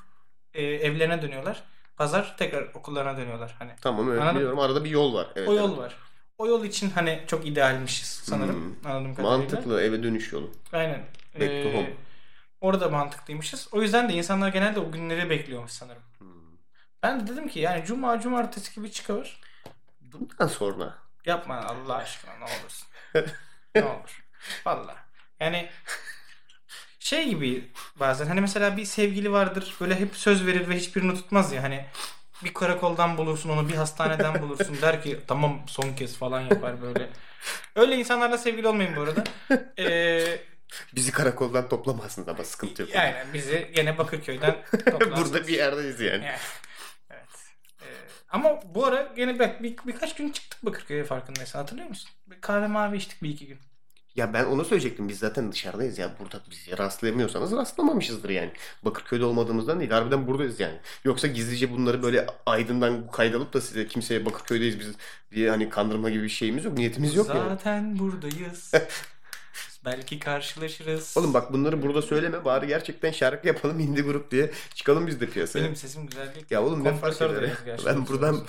A: e, evlerine dönüyorlar. Pazar tekrar okullarına dönüyorlar hani.
B: Tamam evet
A: Anladım.
B: biliyorum. Arada bir yol var. Evet,
A: O yol
B: evet.
A: var. O yol için hani çok idealmişiz sanırım anladığım kadarıyla.
B: Hmm. Mantıklı eve dönüş yolu.
A: Aynen.
B: Back to
A: Ee,
B: home.
A: Orada mantıklıymışız. O yüzden de insanlar genelde o günleri bekliyormuş sanırım.
B: Hmm.
A: Ben de dedim ki yani cuma cumartesi gibi çıkar.
B: Bundan sonra
A: Yapma Allah aşkına ne olursun. ne olur. Valla. Yani şey gibi bazen hani mesela bir sevgili vardır böyle hep söz verir ve hiçbirini tutmaz ya hani bir karakoldan bulursun onu bir hastaneden bulursun der ki tamam son kez falan yapar böyle. Öyle insanlarla sevgili olmayın bu arada. Ee,
B: bizi karakoldan toplamazsınız ama sıkıntı yok.
A: Aynen bizi gene Bakırköy'den toplarsınız.
B: Burada bir yerdeyiz yani.
A: Yani, evet. Ee, ama bu ara gene bak bir, birkaç gün çıktık Bakırköy'e farkındaysan hatırlıyor musun? Bir kahve mavi içtik bir iki gün.
B: Ya ben onu söyleyecektim. Biz zaten dışarıdayız ya. Burada bizi rastlayamıyorsanız rastlamamışızdır yani. Bakırköy'de olmadığımızdan değil. Harbiden buradayız yani. Yoksa gizlice bunları böyle aydından kaydalıp da size kimseye Bakırköy'deyiz biz diye hani kandırma gibi bir şeyimiz yok. Niyetimiz yok yani.
A: Zaten buradayız. Belki karşılaşırız.
B: Oğlum bak bunları burada söyleme. Bari gerçekten şarkı yapalım indie grup diye. Çıkalım biz de piyasaya.
A: Benim sesim güzel değil. ki.
B: Ya oğlum ne fark
A: Kompresör
B: eder?
A: de
B: ya?
A: yazık gerçi.
B: Ben buradan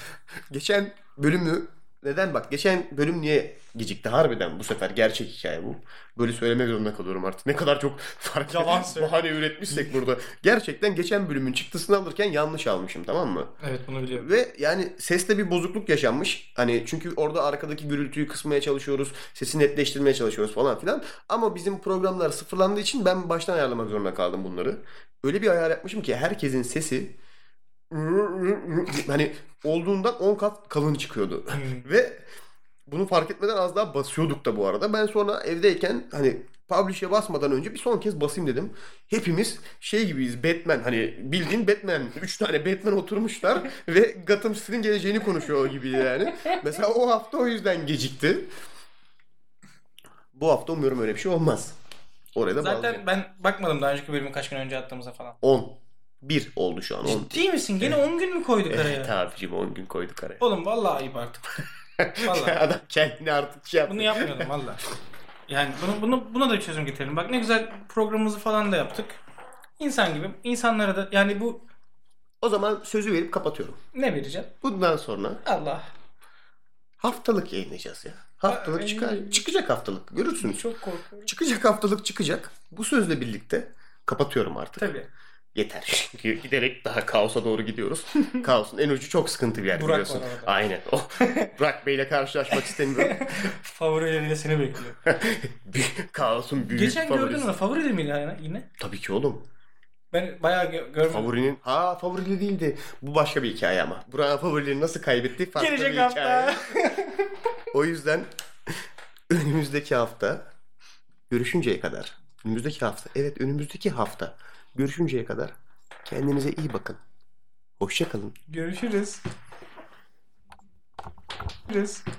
B: geçen bölümü Neden bak geçen bölüm niye gecikti harbiden bu sefer gerçek hikaye bu. Böyle söylemek zorunda kalıyorum artık. Ne kadar çok farklı
A: Yalan söyle.
B: bahane üretmişsek burada. Gerçekten geçen bölümün çıktısını alırken yanlış almışım tamam mı?
A: Evet bunu biliyorum.
B: Ve yani seste bir bozukluk yaşanmış. Hani çünkü orada arkadaki gürültüyü kısmaya çalışıyoruz. Sesi netleştirmeye çalışıyoruz falan filan. Ama bizim programlar sıfırlandığı için ben baştan ayarlamak zorunda kaldım bunları. Öyle bir ayar yapmışım ki herkesin sesi hani olduğundan 10 kat kalın çıkıyordu.
A: Hmm.
B: Ve bunu fark etmeden az daha basıyorduk da bu arada. Ben sonra evdeyken hani publish'e basmadan önce bir son kez basayım dedim. Hepimiz şey gibiyiz Batman hani bildiğin Batman. Üç tane Batman oturmuşlar ve Gotham City'nin geleceğini konuşuyor gibi yani. Mesela o hafta o yüzden gecikti. Bu hafta umuyorum öyle bir şey olmaz. Oraya da bağlayacağım.
A: Zaten ben bakmadım daha önceki bölümü kaç gün önce attığımıza falan.
B: 10. 1 oldu şu an 10.
A: Ciddi misin? Gene 10 gün mü koyduk
B: Evet
A: araya?
B: abicim 10 gün koyduk araya.
A: Oğlum vallahi ayıp artık. Vallahi.
B: Adam kendini artık şey yaptı.
A: Bunu yapmayalım valla. Yani bunu, bunu, buna da bir çözüm getirelim. Bak ne güzel programımızı falan da yaptık. İnsan gibi. insanlara da yani bu
B: O zaman sözü verip kapatıyorum.
A: ne vereceğim?
B: Bundan sonra
A: Allah.
B: Haftalık yayınlayacağız ya. Haftalık
A: Ay.
B: çıkar. Çıkacak haftalık. Görürsünüz.
A: Çok korkuyorum.
B: Çıkacak haftalık çıkacak. Bu sözle birlikte kapatıyorum artık.
A: Tabii.
B: Yeter. Çünkü giderek daha kaosa doğru gidiyoruz. Kaosun en ucu çok sıkıntı bir yer
A: Burak
B: biliyorsun.
A: var orada.
B: Aynen. O. Burak Bey'le karşılaşmak istemiyorum.
A: Favorileriyle seni bekliyor.
B: Büyük- Kaosun büyük
A: Geçen gördün
B: favorisi.
A: mü? Favori mi ya yine?
B: Tabii ki oğlum.
A: Ben bayağı gö- görmedim.
B: Favorinin... Ha favorili değildi. Bu başka bir hikaye ama. Burak'ın favorilerini nasıl kaybettiği farklı
A: Gelecek
B: bir hikaye.
A: hafta.
B: O yüzden önümüzdeki hafta görüşünceye kadar. Önümüzdeki hafta. Evet önümüzdeki hafta. Görüşünceye kadar kendinize iyi bakın. Hoşça kalın.
A: Görüşürüz. Görüşürüz.